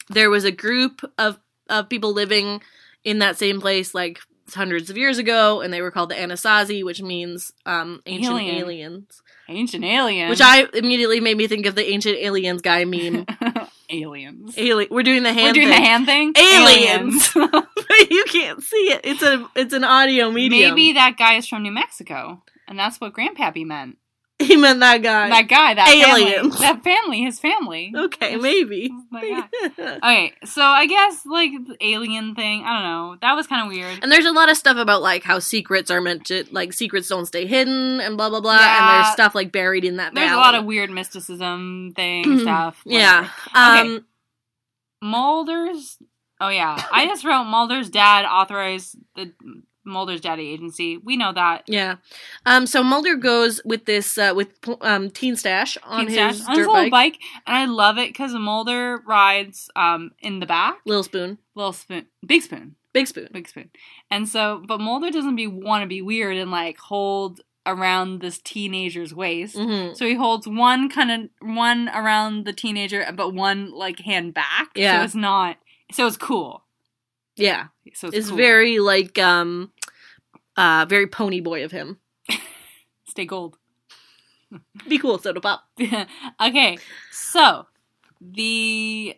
B: there was a group of of people living in that same place like hundreds of years ago, and they were called the Anasazi, which means um ancient
A: Alien.
B: aliens.
A: Ancient alien.
B: Which I immediately made me think of the ancient aliens guy meme.
A: [laughs] aliens.
B: Alien. We're doing the hand.
A: We're doing
B: thing.
A: the hand thing.
B: Aliens.
A: [laughs] Aliens.
B: [laughs] But you can't see it. It's a it's an audio medium.
A: Maybe that guy is from New Mexico, and that's what Grandpappy meant.
B: [laughs] he meant that guy.
A: That guy, that family,
B: Aliens.
A: that family, his family.
B: [laughs] okay, maybe.
A: Like Okay, so I guess like the alien thing. I don't know. That was kind of weird.
B: [laughs] and there's a lot of stuff about like how secrets are meant to like secrets don't stay hidden and blah blah blah. And
A: Yeah.
B: there's stuff like buried in that.
A: There's a
B: valley. Mm-hmm.
A: lot of weird mysticism thing stuff.
B: yeah.
A: whatever.
B: Um,
A: Okay. Mulder's. Oh yeah, I just wrote Mulder's dad authorized the Mulder's daddy agency. We know that
B: Yeah. Um, so Mulder goes with this uh, with um, Teen Stash on
A: Teen
B: his
A: Stash, on
B: dirt
A: his little
B: bike.
A: bike, and I love it because Mulder rides um in the back,
B: Little spoon,
A: little spoon, big spoon,
B: big spoon.
A: big spoon, and so but Mulder doesn't be want to be weird and like hold around this teenager's waist.
B: hmm
A: So he holds one kind of one around the teenager, but one like hand back.
B: Yeah.
A: So it's not. So it's cool.
B: Yeah,
A: So it's,
B: it's
A: cool.
B: very like um, uh, very pony boy of him.
A: stay gold.
B: Be cool, soda pop.
A: [laughs] okay, so the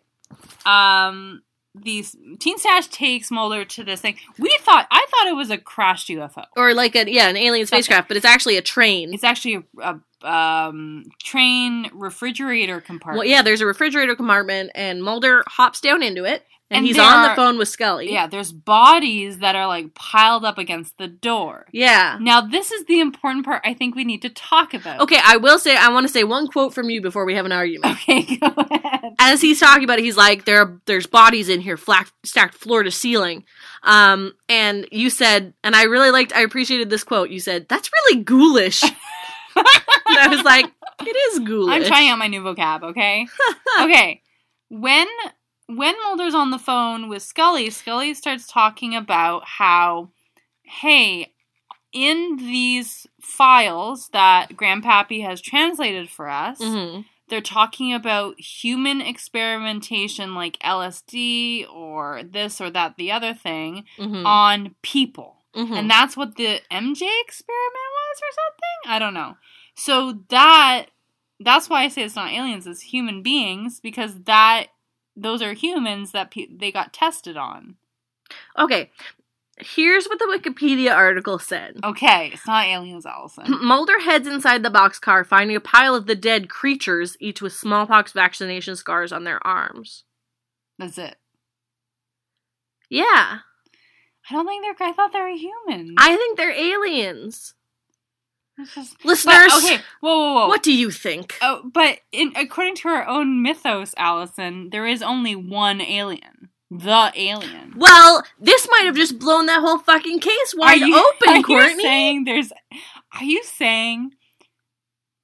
A: um the Teen Stash takes Mulder to this thing. We thought I thought it was a crashed UFO.
B: or like a yeah an alien
A: Something.
B: spacecraft, but it's actually a train.
A: It's actually a, a um train refrigerator compartment.
B: Well, yeah, there's a refrigerator compartment, and Mulder hops down into it, and,
A: And
B: he's
A: there
B: on the
A: are-
B: phone with Scully.
A: yeah. There's bodies that are like piled up against the door.
B: yeah.
A: Now this is the important part. I think we need to talk about.
B: Okay, I will say I want to say one quote from you before we have an argument.
A: [laughs] Okay, go ahead.
B: As he's talking about it, he's like, "There, are, there's bodies in here, flat, stacked floor to ceiling." Um,
A: [laughs]
B: and you said, and I really liked, I appreciated this quote. You said, "That's really ghoulish." And I was like, it is ghoulish.
A: I'm trying out my new vocab, okay? okay. When when Mulder's on the phone with Scully, Scully starts talking about how hey, in these files that Grandpappy has translated for us,
B: Mhm.
A: they're talking about human experimentation like LSD or this or that the other thing
B: Mhm.
A: on people.
B: Mhm.
A: Um, And that's what the MJ experiment was or something? I don't know. So that that's why I say it's not aliens, it's human beings because that those are humans that pe- they got tested on.
B: Okay, here's what the Wikipedia article
A: Oh,
B: said.
A: Okay, it's not aliens, Allison.
B: Mulder heads inside the boxcar, finding a pile of the dead creatures, each with smallpox vaccination scars on their arms.
A: that's it.
B: Yeah,
A: I don't think they're I thought they were humans.
B: I think they're aliens.
A: It's just-
B: Listeners,
A: But, okay, whoa, whoa, whoa.
B: what do you think?
A: Oh, but in, according to her own mythos, Allison, there is only one alien, the alien.
B: Well, this might have just blown that whole fucking case wide [laughs]
A: [laughs]
B: open,
A: are You
B: Courtney.
A: saying there's? Are you saying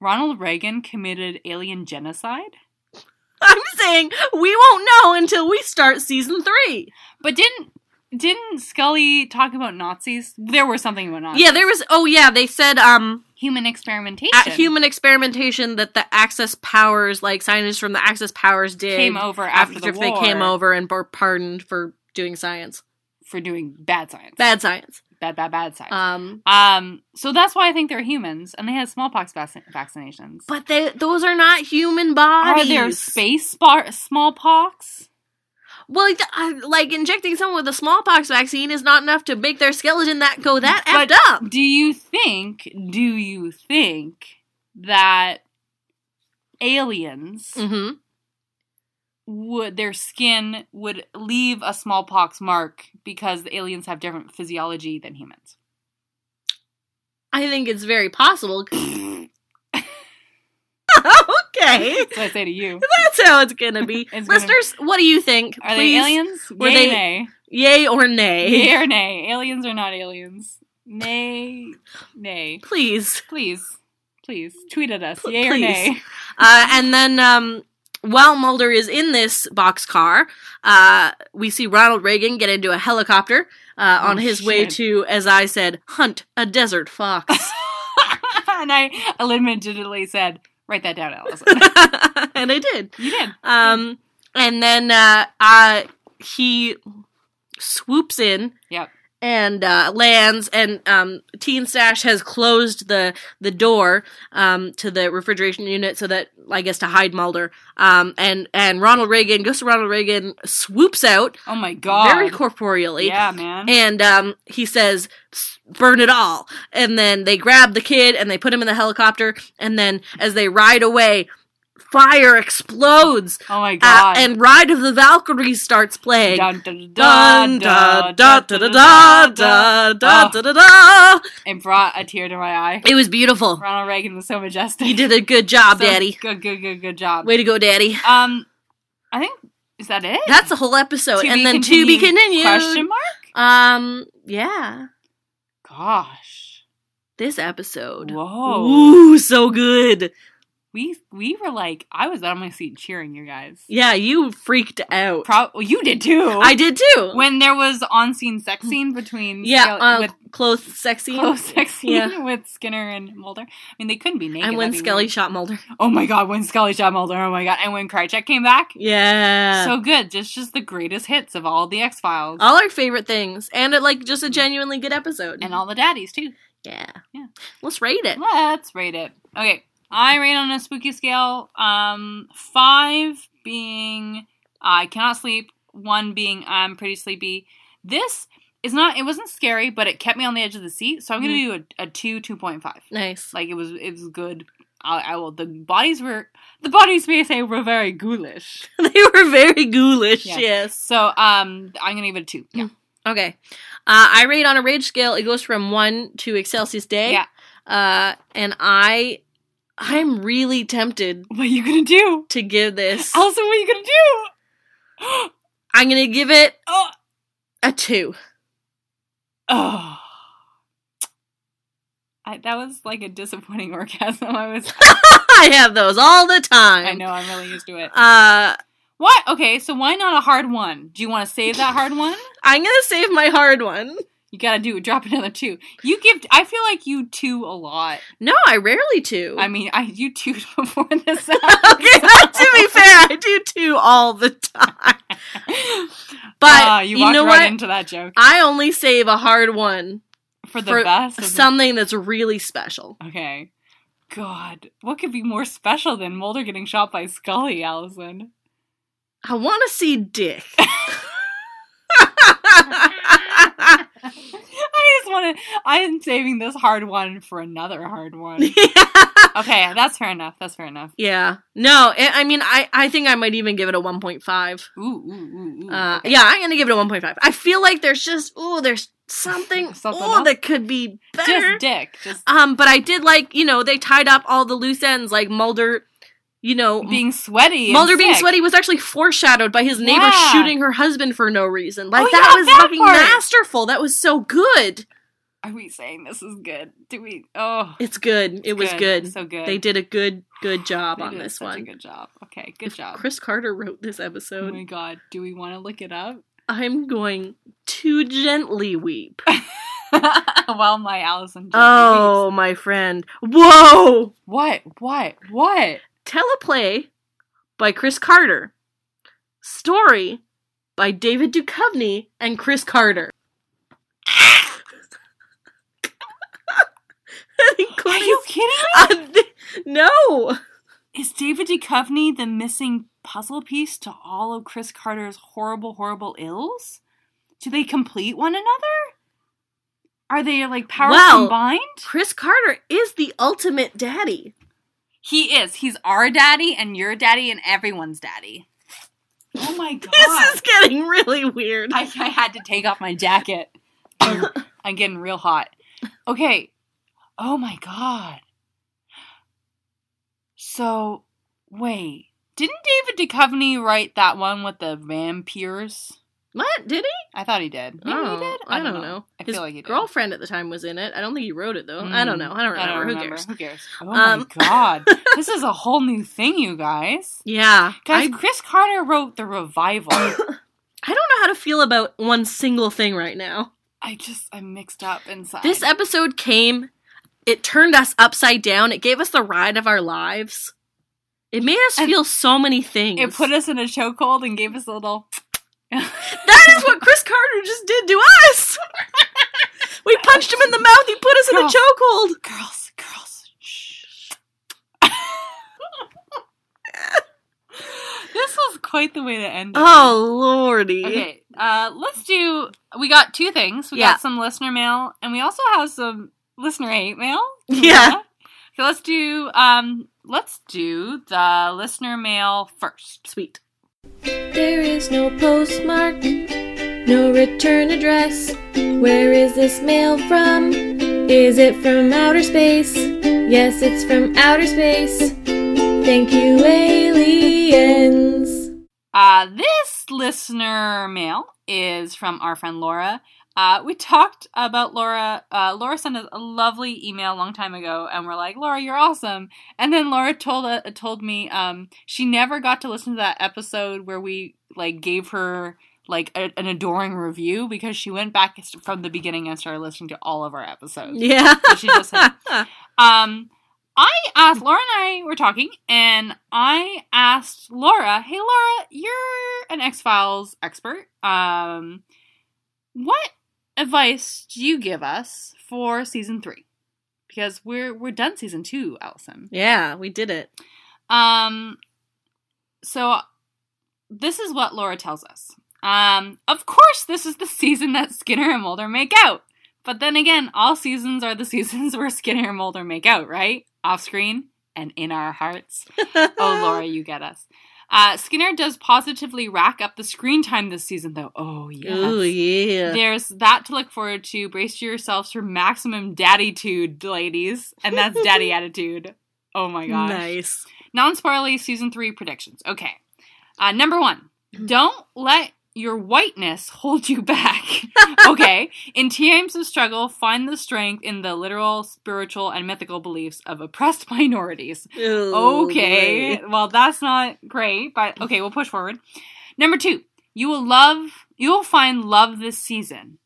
A: Ronald Reagan committed alien genocide?
B: [laughs] I'm saying we won't know until we start season three.
A: But didn't didn't Scully talk about Nazis? There was something about Nazis.
B: Yeah, there was. Oh, yeah, they said um
A: human experimentation.
B: at human experimentation that the Access Powers, like scientists from the Access Powers, did
A: came over after, the
B: they
A: war
B: came over and were pardoned for doing science,
A: for doing bad science, bad
B: bad science.
A: bad bad, science.
B: Um,
A: um, so that's why I think they're humans, and they had smallpox vac- vaccinations.
B: but they those are not human
A: are
B: bodies.
A: there space spar- smallpox?
B: Well, like, I- like injecting someone with a smallpox vaccine is not enough to make their skeleton that go that
A: But-
B: effed up.
A: Do you think? Do you think that aliens
B: Mm-hmm.
A: would their skin would leave a smallpox mark because the aliens have different physiology than [laughs] humans?
B: I think it's very [laughs] possible. okay.
A: That's what I say to you.
B: That's how it's gonna be.
A: It's gonna-
B: Listeners, what do you think?
A: Are
B: Please,
A: they aliens?
B: Were
A: Yay, [laughs]
B: they-
A: nay?
B: Yay or nay?
A: Yay or nay? Aliens are not aliens. Nay, nay.
B: Please.
A: Please, please tweet at us.
B: Pl-
A: Yay or
B: please.
A: nay? [laughs]
B: Uh, and then um, while Mulder is in this boxcar, uh, we see Ronald Reagan get into a helicopter uh, on
A: Oh,
B: his way
A: shit.
B: to, as I said, hunt a
A: [laughs]
B: desert fox. [laughs]
A: and I legitimately said, "Write that down, Allison." [laughs]
B: and I did.
A: you did.
B: Um, and then uh, uh, he swoops in.
A: Yep.
B: And uh, lands, and um, Teen Stash has closed the the door um, to the refrigeration unit so that I guess to hide Mulder. Um, and and Ronald Reagan, Ghost of Ronald Reagan, swoops out
A: Oh my god.
B: very corporeally.
A: Yeah, man.
B: And um, he says, "S- "Burn it all!" And then they grab the kid and they put him in the helicopter. And then as they ride away, fire explodes
A: oh my
B: uh,
A: god.
B: and Ride of the Valkyries starts playing.
A: Dun, dun,
B: Dun,
A: dun,
B: da,
A: dun,
B: da,
A: dun,
B: da, da, da, da, da, da, da, da.
A: It brought a tear to my eye.
B: Ah. It was beautiful.
A: Ronald Reagan was so majestic.
B: You did a good job,
A: So
B: Daddy.
A: Good, good, good, good job.
B: Way to go, Daddy.
A: Um, I think is that it?
B: That's the whole episode,
A: To
B: and
A: be
B: then to be continued.
A: Question mark?
B: Um, yeah,
A: Gosh.
B: this episode.
A: Whoa.
B: Ooh, so good.
A: We we were like, I was on my seat cheering you guys.
B: Yeah, you freaked out.
A: Pro- well, you did too.
B: I did too.
A: when there was on scene sex scene between
B: yeah,
A: Scully-
B: uh,
A: with
B: close, sexy,
A: close sex scene [laughs]
B: [laughs] Yeah.
A: with Skinner and Mulder. I mean, they couldn't be naked.
B: and when
A: that'd be
B: Skelly
A: weird.
B: shot Mulder.
A: oh my god, when Scully shot Mulder, oh my god, and when Krychek came back,
B: Yeah.
A: so good. Just just the greatest hits of all the X Files
B: all our favorite things and uh, like just a genuinely good episode
A: and all the daddies too.
B: yeah
A: Yeah.
B: let's rate it
A: Let's rate it. Okay, I rate on a spooky scale. Um, five being I cannot sleep. One being I'm pretty sleepy. This is not. It wasn't scary, but it kept me on the edge of the seat. So I'm gonna do a, a two, two point five.
B: nice [laughs]
A: Like it was, it was good. I, I will. The bodies were the bodies. May I say were very ghoulish.
B: they were very ghoulish
A: Yeah.
B: yes
A: So um, I'm gonna give it a two. Yeah,
B: okay uh, i rate on a rage scale it goes from one to excelsis day
A: yeah.
B: uh, and i i'm really tempted
A: What are you gonna do,
B: to
A: [laughs]
B: give this
A: Allison? What are you gonna do?
B: i'm gonna give it
A: oh.
B: a two
A: Oh. I, that was like a disappointing [laughs] orgasm. I
B: [laughs]
A: was.
B: [laughs] I have those all the time.
A: I know. I'm really used to it.
B: Uh,
A: What? Okay, so why not a hard one? Do you want to save that hard one?
B: I'm gonna save my hard one.
A: You gotta do drop another two. You give. I feel like you two a lot.
B: No, I rarely do.
A: I mean, I you two [laughs] before this.
B: [laughs] okay. [laughs] to be fair, I do too all
A: [laughs]
B: the time. But
A: Ah,
B: you,
A: you, walked
B: know
A: right
B: what?
A: into that joke
B: I only save a hard one
A: for the
B: for
A: best. of the-
B: something that's really special.
A: okay. God, what could be more special than Mulder getting shot by Scully, Allison?
B: I want to
A: [laughs]
B: see dick. [laughs]
A: I just want to. I'm saving this hard one for another hard
B: [laughs]
A: one. Okay, that's fair enough. That's fair enough.
B: yeah. No, I I mean, I, I think I might even give it a 1.5.
A: Ooh, ooh, ooh, ooh.
B: Uh, yeah, I'm going to give it a 1.5. I feel like there's just, oh, there's something,
A: [laughs] Something
B: ooh,
A: else?
B: that could be better.
A: just dick. Just
B: um, but I did like, you know, they tied up all the loose ends, like Mulder, you know,
A: being sweaty. and
B: Mm. Mulder being
A: sick.
B: sweaty was actually foreshadowed by his neighbor
A: Yeah.
B: shooting her husband for no reason. Like
A: Oh,
B: that
A: yeah,
B: was
A: that
B: fucking
A: part.
B: masterful. That was so good.
A: Are we saying this is good? Do we? Oh,
B: It's good. It was good.
A: So good.
B: They did a good good job
A: They
B: on
A: did
B: this
A: such
B: one.
A: A good job. Okay, good
B: If
A: job.
B: Chris Carter wrote this
A: Oh
B: episode.
A: my god, do we want to look it up? [laughs]
B: I'm going to gently weep.
A: While my Allison. Janney
B: oh,
A: leaves.
B: my friend. Whoa!
A: what? What? What?
B: Teleplay by Chris Carter. Story by David Duchovny and Chris Carter. [laughs]
A: Are
B: Including-
A: you kidding?
B: Uh, th- no.
A: Is David Duchovny the missing puzzle piece to all of Chris Carter's horrible, horrible ills? Do they complete one another? Are they like powers
B: Well-
A: combined?
B: Chris Carter is the ultimate daddy.
A: He is. He's our daddy and your daddy and everyone's daddy. Oh [laughs] my god.
B: This is getting really weird.
A: I, I had to take off my jacket.
B: [coughs]
A: I'm getting real hot. Okay. Oh my god. So, wait. Didn't David Duchovny write that one with the vampires?
B: what? Did he?
A: I thought he did. Maybe
B: oh,
A: he did.
B: I, don't know.
A: I
B: His
A: feel like he did. Mm,
B: girlfriend at the time was in it. I don't think he wrote it though.
A: Hmm.
B: I don't know. I don't remember. Who cares?
A: Who cares? Oh
B: Um,
A: my
B: [laughs]
A: god. this is a whole new thing, you guys.
B: Yeah.
A: Guys,
B: I,
A: Chris Carter wrote The Revival.
B: [coughs] I don't know how to feel about one single thing right now.
A: I just, I'm mixed up inside.
B: This episode came, it turned us upside down. It gave us the ride of our lives. It made us
A: And-
B: feel so many things.
A: It put us in a chokehold and gave us a little.
B: That is what Chris Carter just did to us. [laughs] we punched him in the mouth. He put us in a
A: Girl.
B: chokehold.
A: girls, girls, shh. this was quite the way to end it.
B: Oh lordy.
A: Um, Okay, uh, let's do. We got two things. We
B: Yeah.
A: got some listener mail, and we also have some listener hate mail.
B: Yeah.
A: Okay, let's do. Um, let's do the listener mail first.
B: Sweet.
C: There is no postmark, no return address. Where is this mail from? Is it from outer space? Yes, it's from outer space. Thank you, aliens.
A: Uh, this listener mail is from our friend Laura. Uh, we talked about Laura. Uh, Laura sent us a lovely email a long time ago, and we're like, "Laura, you're awesome." And then Laura told uh, told me um, she never got to listen to that episode where we like gave her like a, an adoring review because she went back from the beginning and started listening to all of our episodes.
B: Yeah.
A: So she just had-
B: [laughs]
A: um, I asked Laura and I were talking, and I asked Laura, "Hey, Laura, you're an X Files expert. Um, what advice do you give us for season three? Because we're we're done season two, Allison.
B: yeah, we did it.
A: Um, so this is what Laura tells us. Um, of course, this is the [laughs] season that Skinner and Mulder make out. But then again, all seasons are the [laughs] seasons where Skinner and Mulder make out, right? Off screen and in our hearts. [laughs]
B: [laughs]
A: Oh, Laura, you get us. Uh, Skinner does positively rack up the screen time this season, though. Oh, yes.
B: Ooh, yeah.
A: There's that to look forward to. Brace yourselves for maximum daddytude, ladies. And that's
B: [laughs]
A: daddy attitude. Oh my gosh.
B: Nice.
A: Non spoilery season three predictions. Okay. Uh, number one, don't let your whiteness [laughs] hold you back. okay. In times of struggle, find the strength in the literal, spiritual, and mythical beliefs of oppressed [laughs] minorities.
B: Oh,
A: Okay. Well, that's not great, but okay, we'll push forward. Number two, you will love, you will find love this season,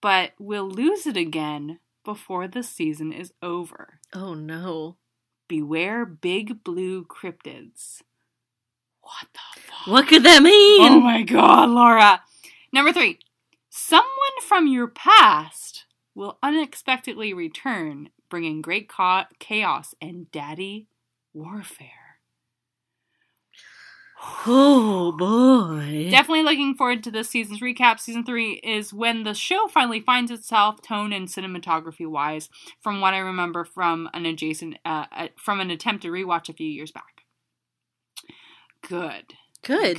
A: but will lose it again before the season is over.
B: Oh no.
A: Beware big blue cryptids. What the fuck?
B: What could that mean?
A: Oh my god, Laura. Number three, someone from your past will unexpectedly return, bringing great ca- chaos and daddy warfare.
B: Oh, boy.
A: Definitely looking forward to this season's recap. Season three is when the show finally finds itself, tone and cinematography wise, from what I remember from an adjacent, uh, uh, from an attempted rewatch a few years back. Good,
B: good.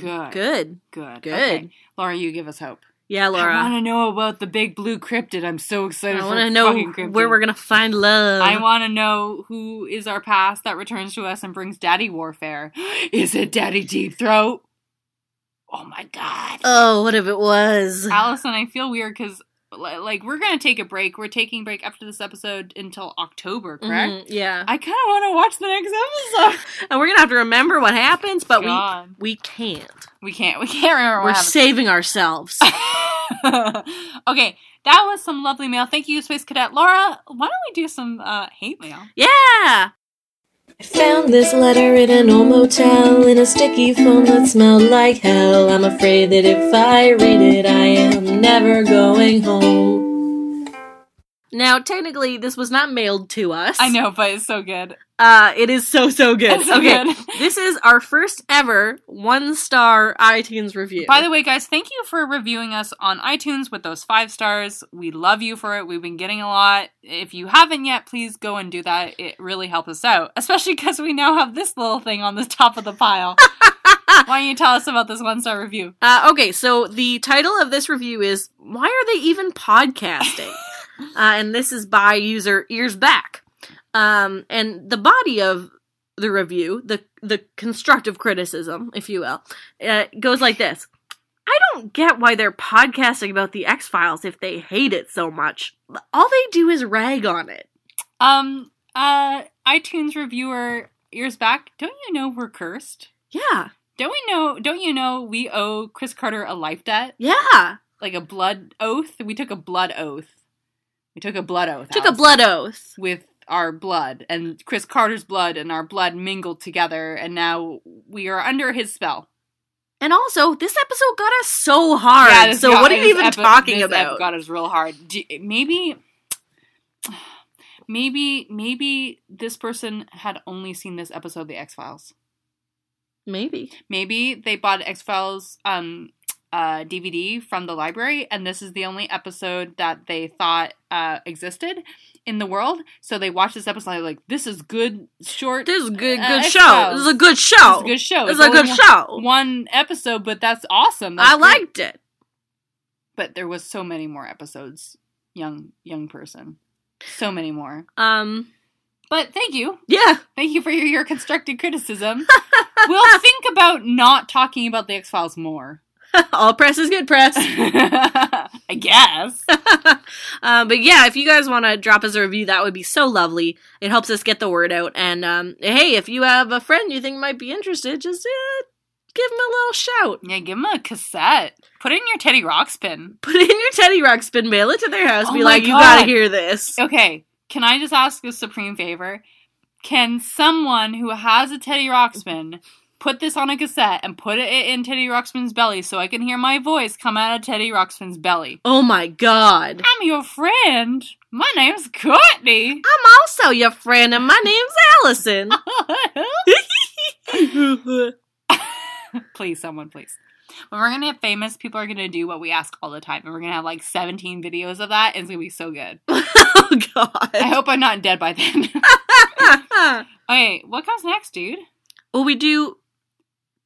A: Good.
B: Good. Good.
A: good,
B: Good.
A: Okay. Laura, you give us hope.
B: Yeah,
A: I want
B: Laura.
A: to know about the big blue cryptid. I'm so excited.
B: I
A: for
B: want to
A: fucking
B: know
A: cryptid.
B: where we're going to find love.
A: I want to know who is our past that returns to us and brings daddy warfare. [gasps] Is it Daddy Deep Throat? Oh my god.
B: oh, what if it was?
A: Allison, I feel weird because, like, we're going to take a break. We're taking a break after this episode until October, correct?
B: Mhm, yeah.
A: I kind of want to watch the next episode. [laughs]
B: and we're going to have to remember what happens, but
A: God.
B: we we can't.
A: We can't. We can't remember
B: we're
A: what happened.
B: saving
A: [laughs]
B: ourselves.
A: okay, that was some lovely mail. Thank you, Space Cadet Laura. Why don't we do some uh, hate mail?
B: yeah.
C: I found this letter in an old motel in a sticky foam that smelled like hell. I'm afraid that if I read it, I am never going home.
B: Now, technically, this was not mailed to us.
A: I know, but it's so good.
B: Uh, it is so, so good.
A: It's so
B: okay.
A: good. [laughs]
B: this is our first ever one star iTunes review.
A: By the way, guys, thank you for reviewing us on iTunes with those five stars. We love you for it. We've been getting a lot. If you haven't yet, please go and do that. It really helps us out, especially because we now have this little thing on the top of the pile. Why don't you tell us about this one star review?
B: Uh, okay, so the title of this review is Why Are They
A: [laughs]
B: Even Podcasting? uh, and this is by user Ears Back. Um, and the body of the review, the, the constructive criticism, if you will, uh, goes like this I don't get why they're podcasting about the X Files if they hate it so much. All they do is rag on it.
A: Um, uh, iTunes reviewer years back, don't you know we're cursed?
B: Yeah,
A: Don't we know? Don't you know we owe Chris Carter a life debt,
B: yeah.
A: like a blood oath? We took a blood oath. We took a blood oath.
B: Took a
A: Allison.
B: blood oath.
A: with our blood and Chris Carter's blood and our blood mingled together and now we are under his spell.
B: And also, this episode got us so hard.
A: this
B: so
A: got-
B: what are you
A: this
B: even
A: epi-
B: talking
A: this
B: about?
A: ep got us real hard. Do, maybe [sighs] maybe maybe this person had only seen this episode of the X-Files.
B: Maybe.
A: Maybe they bought X-Files um uh, DVD from the library, and this is the only episode that they thought uh, existed in the world. So they watched this episode, and they're like, "This is good, short,
B: This is a good,
A: Uh,
B: good
A: X
B: show. This is a good
A: It's
B: show.
A: a good show.
B: This is
A: It's
B: a good
A: only
B: show.
A: One episode, but that's awesome. That's
B: I
A: great.
B: liked it.
A: But there was so many more episodes, young young person, so many more.
B: Um,
A: But thank you,
B: yeah. [laughs]
A: thank you for your, your constructive criticism. we'll think about not talking about the X Files more.
B: All press is good press.
A: [laughs]
B: [laughs]
A: I guess.
B: uh, but yeah, if you guys want to drop us a review, that would be so lovely. It helps us get the word out. And um, hey, if you have a friend you think might be interested, just uh, give him a little shout.
A: Yeah, give him a cassette. Put it in your Teddy Ruxpin.
B: Put it in your Teddy Rock spin, mail it to their house,
A: Oh
B: be
A: my
B: like, you
A: God.
B: gotta hear this.
A: Okay, can I just ask a supreme favor? Can someone who has a Teddy Ruxpin put this on a cassette and put it in Teddy Ruxpin's belly so I can hear my voice come out of Teddy Ruxpin's belly?
B: Oh my god.
A: I'm your friend. My name's Courtney. [laughs]
B: I'm also your friend, and my name's Allison.
A: please, someone, please. When we're gonna get famous, people are gonna do what we ask all the time, and we're gonna have like 17 videos of that, and it's gonna be so good.
B: oh
A: I
B: [laughs] god.
A: hope I'm not dead by then. [laughs] okay, what comes next, dude?
B: [laughs] well, we do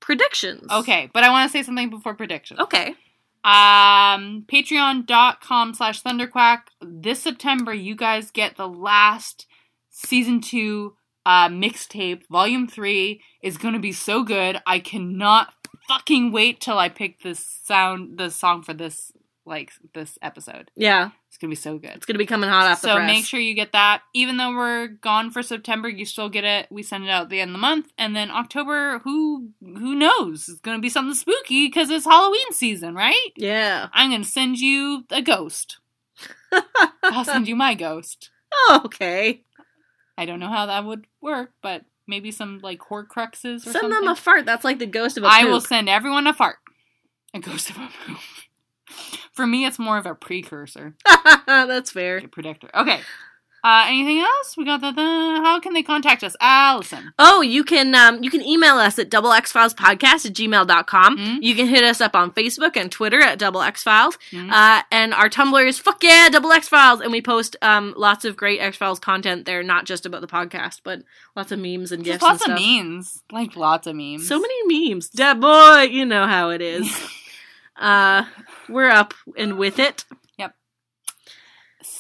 B: predictions.
A: Okay, but I want to say something before prediction.
B: Okay.
A: Um, patreon.com slash thunderquack. This September, you guys get the last season two uh, mixtape. Volume three is going to be so good. I cannot fucking wait till I pick this sound, the song for this like this episode.
B: Yeah,
A: It's gonna be so good.
B: it's gonna be coming hot off the
A: So
B: press.
A: make sure you get that. Even though we're gone for September, you still get it. We send it out at the end of the month, and then October. Who who knows? It's gonna be something spooky because it's Halloween season, right?
B: Yeah.
A: I'm gonna send you a
B: [laughs]
A: ghost. I'll send you my ghost.
B: Oh, okay.
A: I don't know how that would work, but maybe some like Horcruxes or
B: Send
A: something.
B: them a fart. That's like the ghost of a [laughs]
A: I will
B: poop.
A: send everyone a fart. A ghost of a poop. [laughs] For me, it's more of a precursor,
B: That's fair.
A: a predictor. Okay. Uh, anything else? We got the, the. How can they contact us, Allison?
B: Oh, you can um, you can email us at double x files podcast at gmail.com.
A: Mhm.
B: You can hit us up on Facebook and Twitter at double x files.
A: Mhm.
B: Uh, and our Tumblr is fuck yeah, double x files. And we post um, lots of great x files content there, not just about the podcast, but lots of memes and
A: Just
B: gifs
A: lots
B: and
A: of
B: stuff.
A: memes, like lots of memes.
B: So many memes. Dead boy, you know how
A: [laughs]
B: it is. uh, we're up and with it.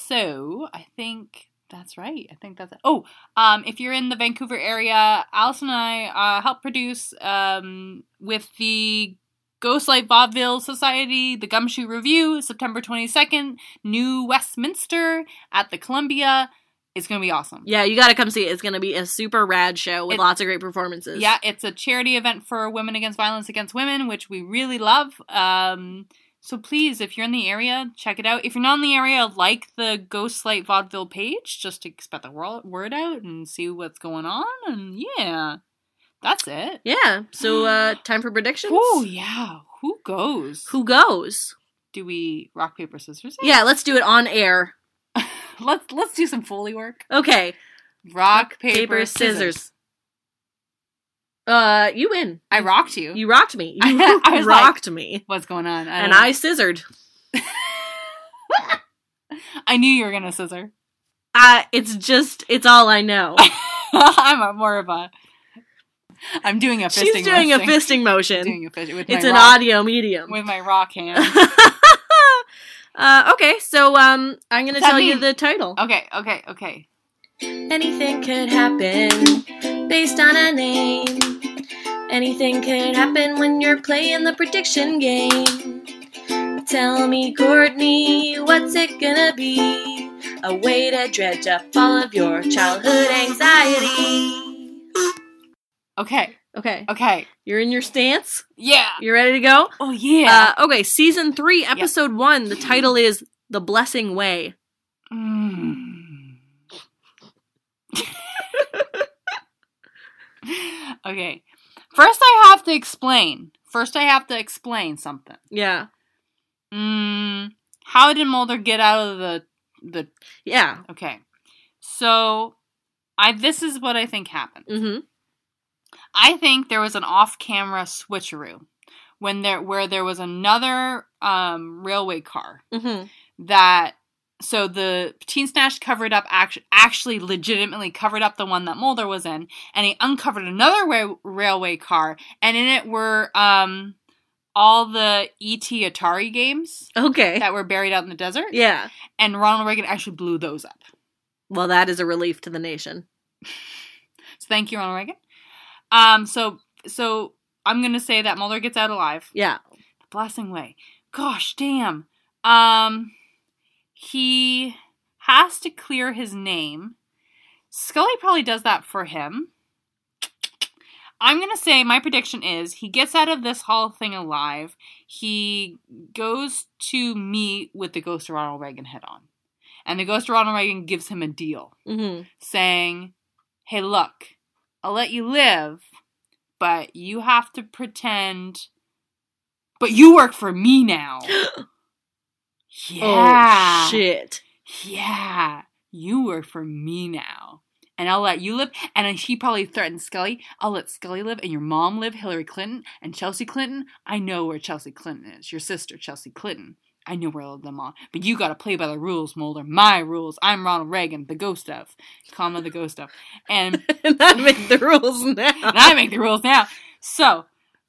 A: So I think that's right. I think that's it. Oh, um, if you're in the Vancouver area, Alice and I uh, help produce um, with the Ghostlight Vaudeville Society, the Gumshoe Review, September 22nd, New Westminster at the Columbia. It's going to be awesome.
B: Yeah, you got to come see it. It's going to be a super rad show with
A: It-
B: lots of great performances.
A: Yeah, it's a charity event for Women Against Violence Against Women, which we really love. Um, so please, if you're in the area, check it out. If you're not in the area, like the Ghostlight Vaudeville page just to spread the wor- word out and see what's going on. And yeah, that's it.
B: Yeah.
A: [gasps]
B: So, uh, time for predictions.
A: Oh yeah, who goes?
B: Who goes?
A: do we rock paper scissors? it?
B: Yeah, let's do it on air.
A: let's let's do some foley work.
B: Okay.
A: Rock paper, scissors.
B: Uh, you win.
A: I rocked you.
B: You rocked
A: [laughs]
B: me. You
A: I was like-
B: rocked me.
A: what's going on? I
B: And
A: don't-
B: I scissored.
A: I knew you were gonna scissor.
B: Uh, it's just, it's all I
A: [laughs]
B: know.
A: I'm a, more of a. I'm doing a fisting.
B: She's doing a
A: motion.
B: fisting motion.
A: Doing a fish with
B: it's
A: my
B: an
A: rock,
B: audio medium.
A: with my rock hand.
B: [laughs] uh, okay, so um, I'm going to
A: Does that
B: tell you
A: mean-
B: the title.
A: okay, okay, okay.
C: Anything could happen based on a name. Anything could happen when you're playing the prediction game. Tell me, Courtney, what's it gonna be? A way to dredge up all of your childhood anxiety.
A: Okay,
B: Okay.
A: okay.
B: You're in your stance.
A: Yeah.
B: You ready to go?
A: Oh
B: [laughs]
A: yeah.
B: Uh, okay, season three, episode one. The title is The Blessing Way.
A: Mm. okay. First, I have to explain. First, I have to explain something.
B: Yeah.
A: Mm, how did Mulder get out of the the?
B: Yeah.
A: Okay, so I this is what I think happened.
B: hmm
A: I think there was an off-camera switcheroo when there where there was another um, railway car
B: hmm
A: that so the Teen Snatch covered up actually, actually legitimately covered up the one that Mulder was in, and he uncovered another ra- railway car, and in it were um, all the ET Atari games
B: Okay.
A: that were buried out in the desert,
B: Eh. yeah.
A: and Ronald Reagan actually blew those up.
B: Well, that is a relief to the nation.
A: So thank you, Ronald Reagan. Um, so so I'm gonna say that Mulder gets out alive.
B: Yeah.
A: blessing way. Gosh damn. Um he has to clear his name. Scully probably does that for him. I'm going to say my prediction is he gets out of this hall thing alive. He goes to meet with the ghost of Ronald Reagan head on. And the ghost of Ronald Reagan gives him a deal
B: hmm
A: saying, Hey, look, I'll let you live, but you have to pretend. But you work for me now. yeah.
B: Oh shit. [laughs]
A: Yeah. You work for me now. And I'll let you live. And then she probably threatened Scully. I'll let Scully live and your mom live, Hillary Clinton and Chelsea Clinton. I know where Chelsea Clinton is, your sister, Chelsea Clinton. I know where all of them are. But you gotta play by the rules, Mulder. My rules. I'm Ronald Reagan, the ghost of, comma, the ghost of. And
B: and I make the rules now.
A: and
B: [laughs]
A: I make the rules [laughs] now. So,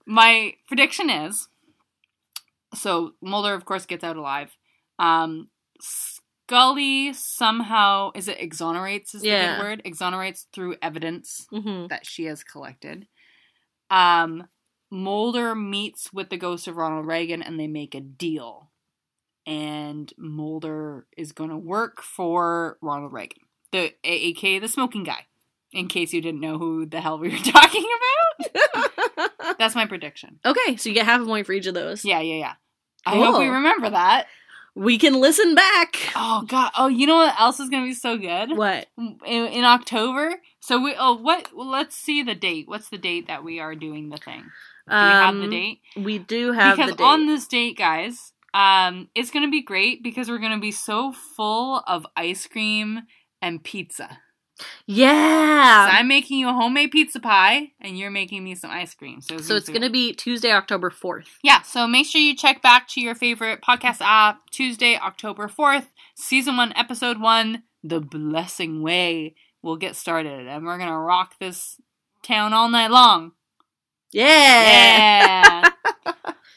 A: my prediction is so Mulder, of course, gets out alive. Um, Scully somehow, is it exonerates, is the
B: Yeah.
A: good word? Exonerates through evidence
B: hmm
A: that she has collected. Um, Mulder meets with the ghost of Ronald Reagan and they make a deal. And Mulder is going to work for Ronald Reagan, the aka the smoking guy. In case you didn't know who the hell we were [laughs] talking about, that's my prediction.
B: Okay, so you get half a point for each of those.
A: Yeah, yeah, yeah. I hope we
B: Cool.
A: remember that.
B: We can listen back.
A: Oh god. Oh, you know what else is going to be so good?
B: What?
A: in, in October. So we oh what well, let's see the date. What's the date that we are doing the thing? Do we have the
B: Um,
A: date?
B: We do have
A: because
B: the date.
A: on this date, guys, um it's going to be great because we're going to be so full of ice cream and pizza. So
B: yeah.
A: I'm making you a homemade pizza pie and you're making me some ice cream. So
B: So it's going to be Tuesday, October 4th.
A: yeah, so make sure you check back to your favorite podcast app Tuesday, October 4th, season one, episode one, The Blessing Way. We'll get started and we're going to rock this town all night long.
B: Yeah. [laughs]
A: Yeah.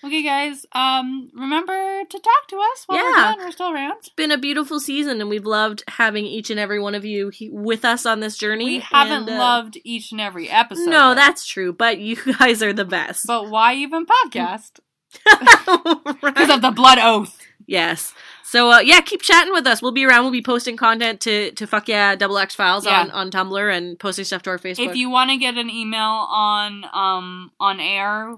A: okay, guys, um, remember to talk to us while we're
B: Yeah.
A: done. We're still around.
B: It's been a beautiful season, and we've loved having each and every one of you he- with us on this journey.
A: We haven't
B: and, uh,
A: loved each and every episode.
B: No,
A: though.
B: that's true, but you [laughs] guys are the best.
A: But why even podcast? Because
B: [laughs] Right?
A: of the blood oath.
B: yes. So uh, yeah, keep chatting with us. We'll be around. We'll be posting content to to fuck yeah double X files
A: Yeah.
B: on on Tumblr and posting stuff to our Facebook.
A: If you want to get an email on um on air,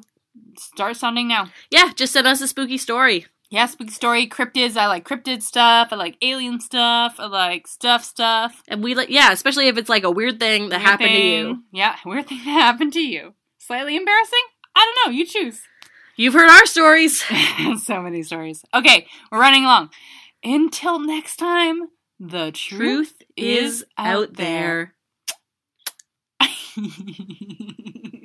A: start sending now.
B: yeah, just send us a spooky story.
A: Yeah, spooky story, cryptids. I like cryptid stuff. I like alien stuff. I like stuff stuff.
B: And we like yeah, especially if it's like a weird thing that
A: Weird
B: happened to you.
A: thing. Yeah, weird thing that happened to you. Slightly embarrassing? I don't know. You choose.
B: You've heard our stories.
A: [laughs] so many stories. Okay, we're running along. Until next time, the truth, is out there. [laughs]